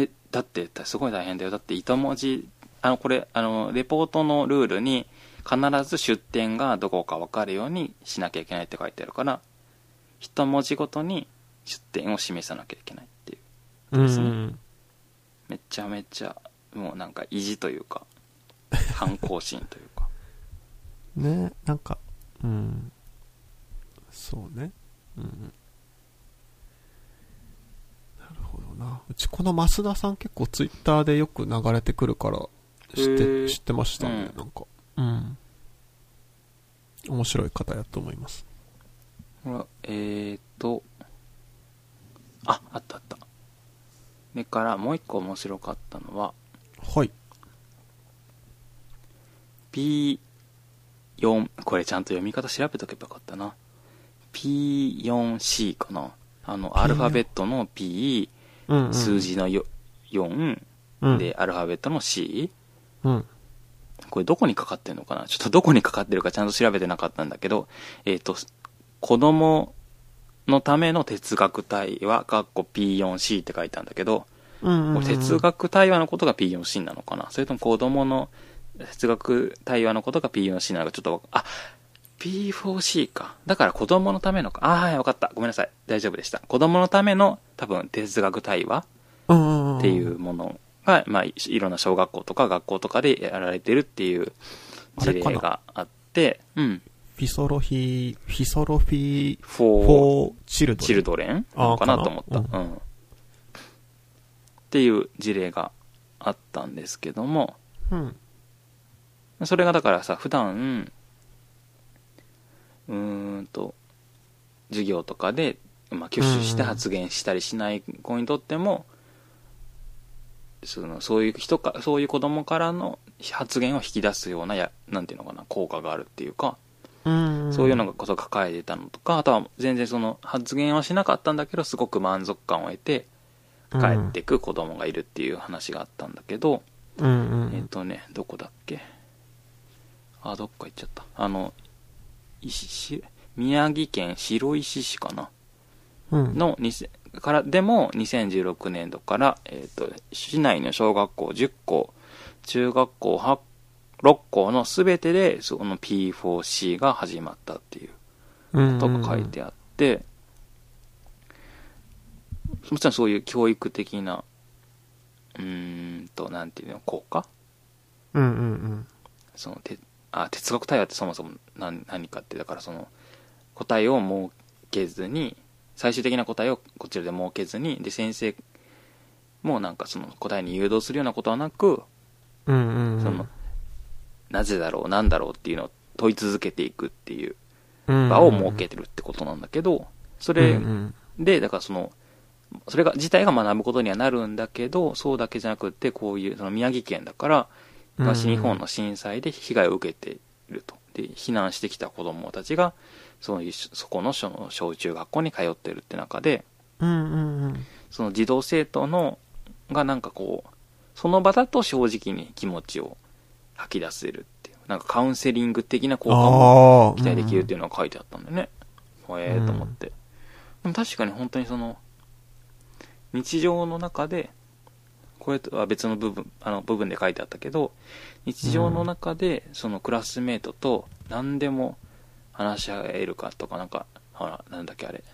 S1: えだってたすごい大変だよだって一文字あのこれあのレポートのルールに必ず出典がどこか分かるようにしなきゃいけないって書いてあるから一文字ごとに出典を示さなきゃいけないっていう
S2: うん
S1: ですね
S2: うん。
S1: めちゃめちゃもうなんか意地というか反抗心というか
S2: ね。なんか、うん。そうね。うんうん。なるほどな。うちこの増田さん結構ツイッターでよく流れてくるから知っ
S1: へ
S2: て、
S1: ー
S2: 知ってましたね、
S1: うん
S2: なんか。うん。面白い方やと思います。
S1: ほらえーとああったあったそれからもう一個面白かったのは
S2: はい。
S1: P4 これちゃんと読み方調べとけばよかったな P4C かなあの
S2: P4
S1: アルファベットの P
S2: うん、
S1: 数字のよ4
S2: うん
S1: で、アルファベットの C
S2: うん。
S1: これどこにかかってるのかなちょっとどこにかかってるかちゃんと調べてなかったんだけどえっ、と子供のための哲学対話かっこ P4C って書いてあるんだけど
S2: うんうんうん。
S1: 哲学対話のことが P4C なのかなそれとも子供の哲学対話のことが P4C なのかちょっとわかあ P4C かだから子供のためのかあーはい分かったごめんなさい大丈夫でした子供のための多分哲学対話
S2: うんうんうん、
S1: っていうものが、まあいいろんな小学校とか学校とかでやられてるっていう事例
S2: あれか
S1: があってうん
S2: フィソロヒー、フィソロフィー、フ
S1: 4
S2: ォーチルド。
S1: チルドレン
S2: あ
S1: な
S2: ー
S1: のかな
S2: かな
S1: と思った、う
S2: う
S1: んっていう事例があったんですけども
S2: うん。
S1: それがだからさ普段うーんと授業とかでまあ、挙手して発言したりしない子にとっても、そのそういう人かそういう子供からの発言を引き出すようなやなんていうのかな効果があるっていうか、
S2: うん
S1: そういう
S2: の
S1: のがこそ抱えてたのとかあとは全然その発言はしなかったんだけどすごく満足感を得て帰ってく子供がいるっていう話があったんだけど、
S2: うんうん
S1: えっ、とね、どこだっけあ、どっか行っちゃった。あの、石、し宮城県白石市かな
S2: うん
S1: の、にせから、でも、2016年度から、えっ、と、市内の小学校10校、中学校8 6校のすべてで、その P4C が始まったっていうことが書いてあって、もちろんそういう教育的な、うーんと、なんていうの、効果
S2: うんうんうん
S1: そのてあ哲学対話ってそもそも何何かってだからその答えを設けずに最終的な答えをこちらで設けずにで先生もなんかその答えに誘導するようなことはなく、
S2: うんうんうん
S1: そのなぜだろう何だろうっていうのを問い続けていくっていう場
S2: 場
S1: を設けてるってことなんだけどそれ
S2: うん
S1: でだからそのそれが自体が学ぶことにはなるんだけどそうだけじゃなくってこういうその宮城県だから
S2: うん
S1: 東日本の震災で被害を受けていると。で、避難してきた子供たちが、そういう、そこの小の小中学校に通ってるって中で、
S2: うんうんうん
S1: その児童生徒の、がなんかこう、その場だと正直に気持ちを吐き出せるっていう、なんかカウンセリング的な効果も
S2: ああ
S1: 期待できるって
S2: い
S1: いうのが書いてあったんだよね。ほえーと思って。でも確かに本当にその、日常の中で、これとは別の部分、あの部分で書いてあったけど、日常の中で、そのクラスメートと何でも話し合えるかとか、なんか、ほら、なんだっけあれ、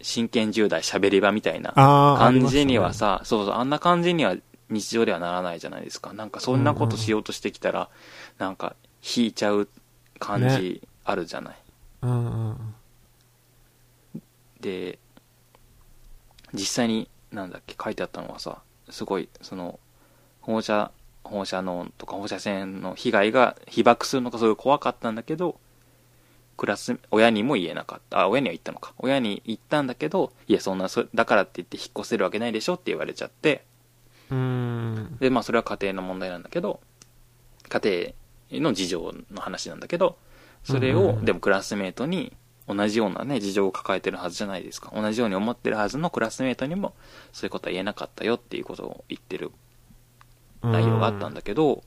S1: 真剣10代喋り場みたいな感じにはさ、そうそう、あんな感じには日常ではならないじゃないですか。なんかそんなことしようとしてきたら、なんか引いちゃう感じあるじゃない。
S2: うんうん
S1: で、実際に、なんだっけ、書いてあったのはさ、すごい、その、放射、放射能とか放射線の被害が被爆するのがすごい怖かったんだけど、クラス、親にも言えなかった。あ、親には言ったのか。親に言ったんだけど、いや、そんな、そだからって言って引っ越せるわけないでしょって言われちゃって、
S2: うん
S1: でまあそれは家庭の問題なんだけど家庭の事情の話なんだけどそれ
S2: うんう
S1: を
S2: んうん
S1: でもクラスメートに同じようなね事情を抱えてるはずじゃないですか同じように思ってるはずのクラスメートにもそういうことは言えなかったよっていうことを言ってる内容があったん
S2: だ
S1: だけど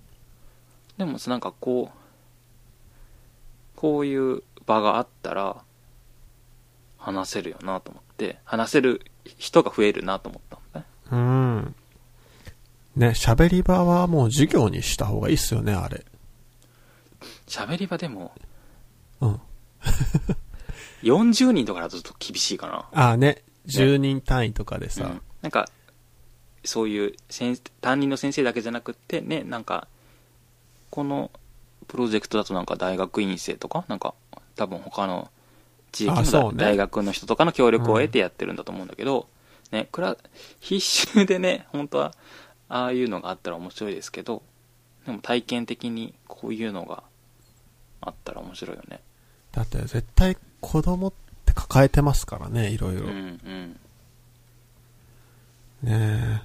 S1: でもなんかこうこういう場があったら話せるよなと思って話せる人が増えるなと思ったんだね
S2: うんね喋り場はもう授業にした方がいいっすよねあれ
S1: 喋り場でも
S2: うん
S1: 40人とかだとちょっと厳しいかな。
S2: ああね10人単位とかでさ、
S1: うんなんか、そういう先担任の先生だけじゃなくってね、なんか、このプロジェクトだとなんか大学院生とか、なんか多分他の地域
S2: あそ
S1: の
S2: うね
S1: 大学の人とかの協力を得てやってるんだと思うんだけど、ね、これは必修でね、本当はああいうのがあったら面白いですけど、でも体験的にこういうのがあったら面白いよね。
S2: だって絶対子供って抱えてますからねいろいろ、
S1: うんう
S2: ね
S1: ん。
S2: え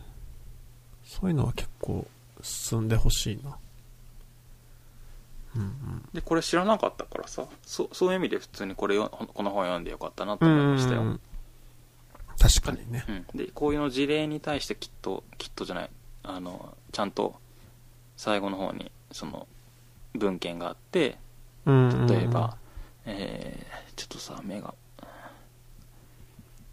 S2: そういうのは結構進んでほしいなうんうん
S1: でこれ知らなかったからさそそういう意味で普通にこれよこの本読んでよかったなと思いましたよ、
S2: うんうんうん確かにね
S1: う。んでこういうの事例に対してきっときっとじゃないあのちゃんと最後の方にその文献があって例
S2: 例
S1: えば、、えーちょっとさ目が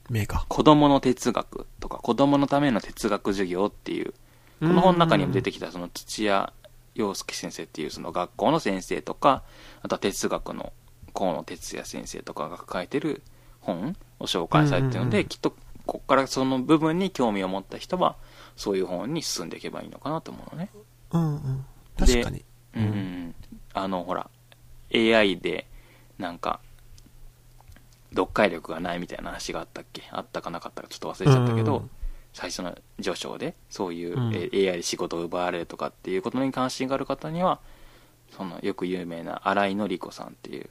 S2: 目が
S1: 「子どもの哲学」とか「子どものための哲学授業」っていうこの本の中にも出て
S2: き
S1: きたその土屋洋介先生っていうその学校の先生とかあとは哲学の河野哲也先生とかが書いてる本を紹介されてるので、
S2: うんうんうん
S1: きっとここからその部分に興味を持った人はそういう本に進んでいけばいいのかなと思うのね。
S2: た。うんうん。
S1: で
S2: 確かに。
S1: うんうんうん、あのほら AI でなんか読解力がないみたいな話があったっけあったかなかったかちょっと忘れちゃったけど、
S2: うんうん
S1: 最初の序章でそういう、
S2: うん
S1: え AI で仕事を奪われるとかっていうことに関心がある方にはそのよく有名な新井紀子さんっていう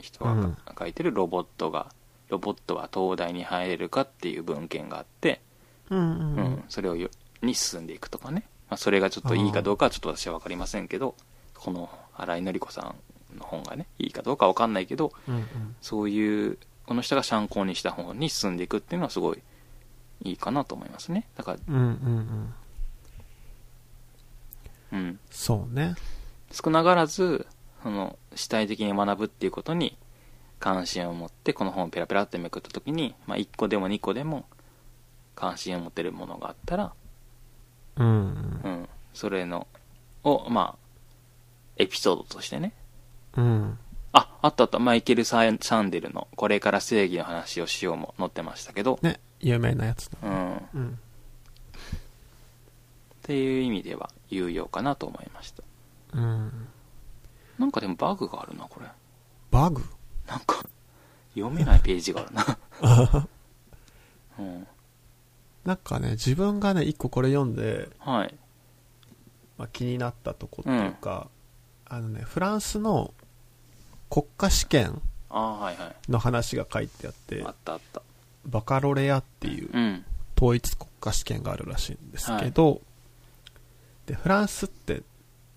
S1: 人が
S2: うん
S1: 書いてる「ロボットがロボットは東大に入れるかっていう文献があって、
S2: うんうん
S1: う
S2: うんん。
S1: それをよに進んでいくとかね、まあ、それがちょっといいかどうかはちょっと私は分かりませんけどこの新井紀子さんの本がねいいかどうか分かんないけど
S2: うんうん。
S1: そういうこの人が参考にした本に進んでいくっていうのはすごいいいかなと思いますねだから
S2: うんうんうん。
S1: うん
S2: そうね。
S1: 少なからずその主体的に学ぶっていうことに関心を持ってこの本をペラペラってめくった時に、まあ、1個でも2個でも関心を持てるものがあったら、
S2: うん
S1: う。ん、それのをまあエピソードとしてね
S2: うん。うん。
S1: ああったあったマイケル・サンシャンデルの「これから正義の話をしよう」も載ってましたけど、
S2: ね。有名なやつだ。
S1: うん、っ
S2: うん。
S1: ていう意味では有用かなと思いました
S2: うん。
S1: なんかでもバグがあるなこれ
S2: バグ
S1: なんか読めないページがあるな うん
S2: なんかね、自分がね、一個これ読んで、
S1: はい
S2: まあ、気になったとこっていうか、あのね、フランスの国家試験
S1: ああはいはい
S2: の話が書いてあって
S1: あっ、たあった
S2: バカロレアっていう
S1: うん
S2: 統一国家試験があるらしいんですけど、でフランスって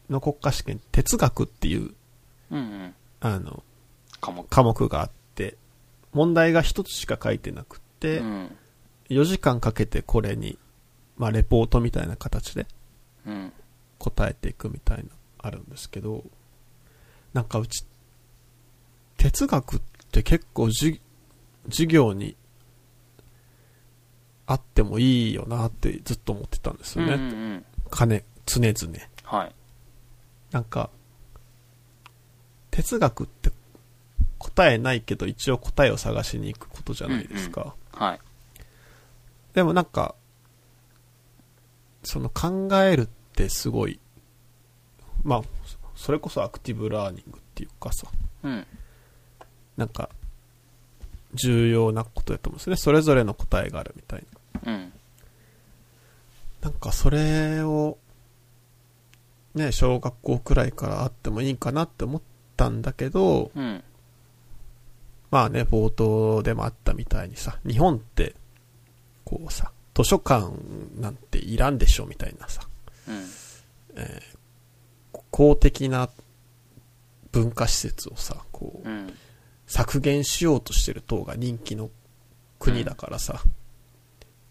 S2: の国家試験哲学っていう
S1: うんうん
S2: あの
S1: 科目
S2: 科目があって問題が一つしか書いてなくって、
S1: うん
S2: 4時間かけてこれに、まあ、レポートみたいな形で
S1: うん
S2: 答えていくみたいなあるんですけどなんかうち哲学って結構じ授業にあってもいいよなってずっと思ってたんですよね、
S1: うんうんうん
S2: 金常々
S1: はい
S2: なんか哲学って答えないけど一応答えを探しに行くことじゃないですか、
S1: はい
S2: でもなんかその考えるってすごいまあそそれこそアクティブラーニングっていうかさ
S1: うん
S2: なんか重要なことだと思うんですねそれぞれの答えがあるみたいな
S1: うん
S2: なんかそれを、ね、小学校くらいからあってもいいかなって思ったんだけど、
S1: うん
S2: まあね、冒頭でもあったみたいにさ、日本って、こうさ、図書館なんていらんでしょみたいなさ、
S1: うん
S2: えー公的な文化施設をさ、こう
S1: う、ん
S2: 削減しようとしてる党が人気の国だからさ、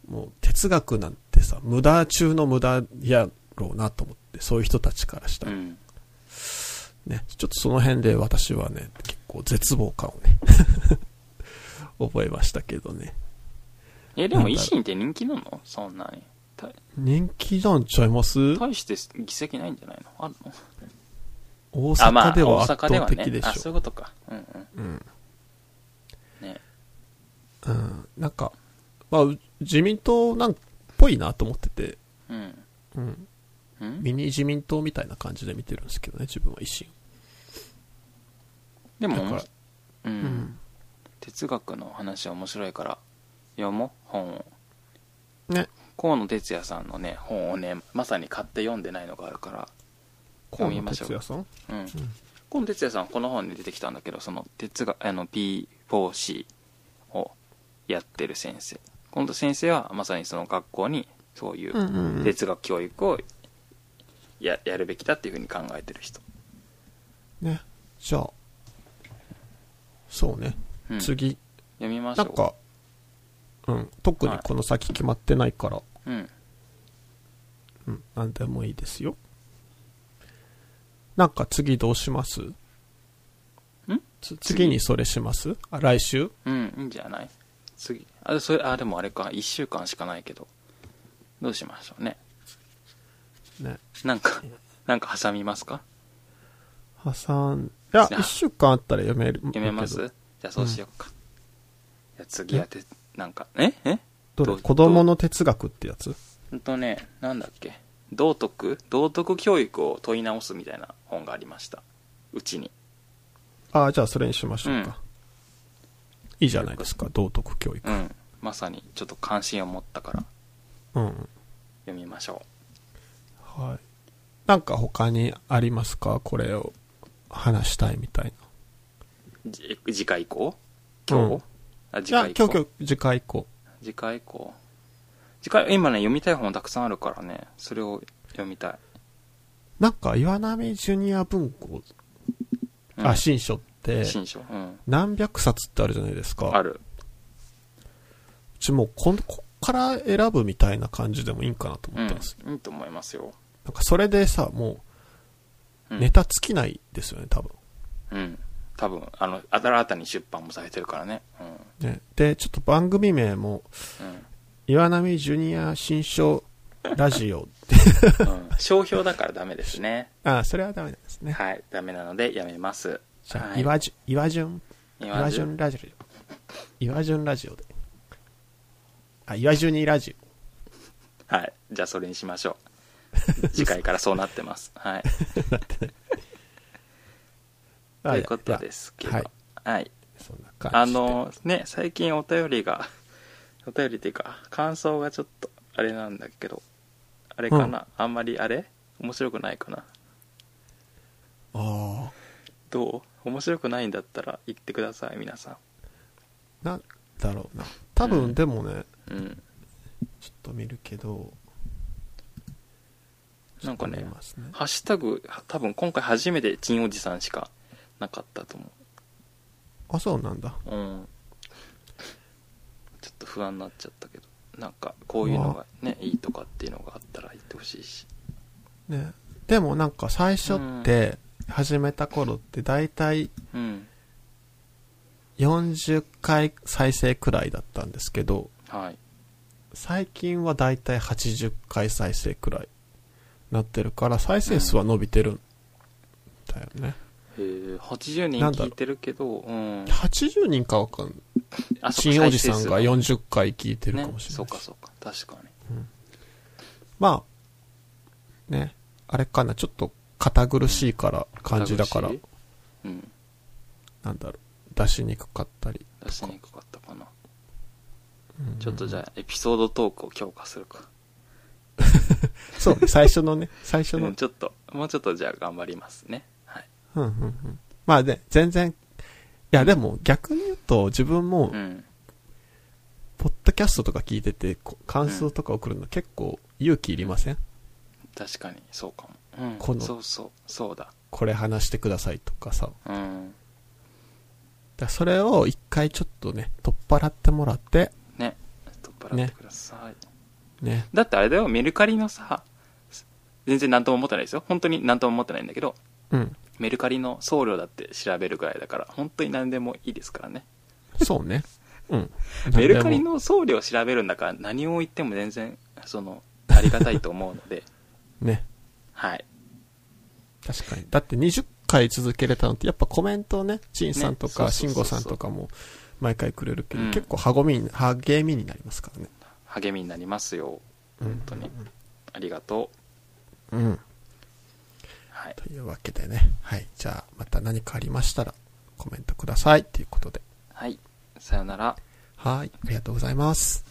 S2: もう哲学なんてさ、無駄中の無駄やろうなと思って、そういう人たちからした
S1: う
S2: ら、
S1: ん
S2: ね、ちょっとその辺で私はね、結構絶望感をね、 覚えましたけどね。
S1: えでも維新って人気なのそんなにた
S2: 人気なんちゃいます
S1: 大して議席ないんじゃないのあるの
S2: 大
S1: あま
S2: 阪
S1: あ
S2: では
S1: 大
S2: 圧
S1: 阪で
S2: 倒
S1: は
S2: 的で
S1: ね
S2: し
S1: あそうい
S2: ょ。
S1: うことかうんうん
S2: うん。
S1: ね
S2: うん。なんか、まあ、う自民党なんっぽいなと思ってて、
S1: うん
S2: うん。
S1: うん
S2: ミニ自民党みたいな感じで見てるんですけどね、自分は維新。
S1: で
S2: だか
S1: も
S2: ら、
S1: う
S2: うんん。
S1: 哲学の話は面白いから読もう本を
S2: ね。
S1: 河野哲也さんのね本をねまさに買って読んでないのがあるからこう見ましょ
S2: 河
S1: う
S2: 野哲也さん
S1: うん、河野哲也さんはこの本に出てきたんだけどその哲学あの P4C をやってる先生今度先生はまさにその学校にそうい
S2: うん
S1: う
S2: うんうん。
S1: 哲学教育をややるべきだっていうふうに考えてる人、
S2: ね。じゃあ、そうね。
S1: うん、読
S2: 次、
S1: みましょ
S2: な
S1: うん
S2: か、うん、特にこの先決まってないから、
S1: うん
S2: うん、なんでもいいですよ。なんか次どうしますんつ次にそれしますあ、来週
S1: うんいいんじゃない次あそれあでもあれか1週間しかないけどどうしましょうね
S2: ね。
S1: なんかなんか挟みますか
S2: 挟ん、いや、
S1: じゃあ
S2: 一週間あったら読める。
S1: 読めます
S2: け
S1: じゃあそうしよっか、じゃあ次はてなんかええ
S2: どどれ子供の哲学ってやつ
S1: ほんとねなんだっけ道徳道徳教育を問い直すみたいな本がありましたうちに
S2: あじゃあそれにしましょうか。いいじゃないですか、道徳教育
S1: う。んまさにちょっと関心を持ったから
S2: うん。
S1: 読みましょ
S2: はい。なんか他にありますかこれを話したいみたいな。
S1: うじ次回以降今日、
S2: うん
S1: あ、
S2: い
S1: 次
S2: や、
S1: 回以
S2: 今日
S1: 降。
S2: 今日、次回以降。
S1: 次回以降。次回、今ね、読みたい本たくさんあるからね、それを読みたい。
S2: なんか、岩波ジュニア文庫、
S1: うん
S2: あ、新書って、
S1: 新書。うん。
S2: 何百冊ってあるじゃないです
S1: あ
S2: か。
S1: る。
S2: うちもうこん、こっから選ぶみたいな感じでもいいんかなと
S1: う
S2: 思ってます。
S1: ん。いいと思いますよ。
S2: なんか、それでさ、も
S1: う
S2: う、
S1: ん
S2: ネタ尽きないですよね、多分。
S1: うん。多分、あの、新たに出版もされてるからね。うん。
S2: ね。で、ちょっと番組名も、岩波ジュニア新書ラジオ。
S1: うん。 うん。商標だからダメですね。
S2: あ、それはダメなんですね。
S1: はい。ダメなのでやめます。
S2: じゃ
S1: は
S2: あ、
S1: い
S2: 岩じゅ、岩順。
S1: 今
S2: 岩順ラジオ。岩順ラジオで。あ、岩順にラジオ。。
S1: はい。じゃあそれにしましょう。次回からそうなってます。はい。ということですすけど。
S2: は
S1: はいい。
S2: そんな感じで。
S1: あの、ね、最近お便りが、 お便りっていうか、感想がちょっと、あれなんだけど、あれかな、あんまりあれ面白くないかな
S2: あ
S1: どう面白くないんだったら言ってください、皆さ
S2: ーなんだろうな。多
S1: う
S2: 分、
S1: ん
S2: でもね、
S1: ん。うん。
S2: ちょっと見るけど、
S1: なんかね
S2: ちょっと見ますね
S1: ハッシュタグ、多分今回初めてチンおじさんしかなかったと思
S2: あ、そうなんだ。
S1: う。うん。ちょっと不安になっちゃったけど、なんかこういうのがね、いいとかっていうのがあったら言ってほしいし。
S2: ね。でもなんか最初って、始めた頃って大体
S1: うん。
S2: 40回再生くらいだったんですけど、
S1: はい。
S2: 最近はだいたい80回再生くらいなってるから再生数は伸びてるんだよね、
S1: えー、80人
S2: なんだろ
S1: 聞
S2: う
S1: いてるけど、うん。
S2: 80人かわかん
S1: あそっ
S2: 新
S1: か
S2: おじさんが
S1: 再生数
S2: 40回聞いてるかもしれ
S1: ね、そう
S2: ない
S1: か
S2: し、
S1: そうか確かに
S2: まあねあれかなちょっと堅苦しいから感じだから
S1: 片口うん
S2: なんだろう出しにくかったり
S1: 出しにくかったかな
S2: うん
S1: ちょっとじゃあエピソードトークを強化するか、
S2: そうね最初のね最初
S1: う
S2: の
S1: ん、ちょっともうちょっとじゃあ頑張りますねはい
S2: うんうんうんまあね全然いやでも逆に言うと自分も、
S1: うん
S2: ポッドキャストとか聞いてて、こ感想とか送るの結構勇気いりません、
S1: 確かにそうかも、うん、
S2: この
S1: そうそうそうだ
S2: これ話してくださいとかさ。だか
S1: うん
S2: らそれを一回ちょっとね、取っ払ってもらって、
S1: ね取っ払ってください、
S2: ね。
S1: だってあれだよメルカリのさ全然何とも思ってないですよ本当に何とも思ってないんだけど
S2: うん。
S1: メルカリの送料だって調べるぐらいだから本当に何でもいいですからね
S2: そうね。うん。
S1: メルカリ
S2: なんでも
S1: の送料を調べるんだから何を言っても全然そのありがたいと思うの で
S2: ね。
S1: はい
S2: 確かに。だって20回続けれたのって、やっぱコメントをね、チンさんとか、
S1: ね
S2: シ
S1: そうそうそうそう
S2: ンゴさんとかも、毎回くれるけど、
S1: うん
S2: 結構励みに、励みになりますからね。
S1: 励みになりますよ
S2: うん
S1: 本当にありがと
S2: うん。
S1: うはい
S2: というわけでね。はい。じゃあ、また何かありましたら、コメントください。ということで。
S1: はいさよなら
S2: はい。ありがとうございます。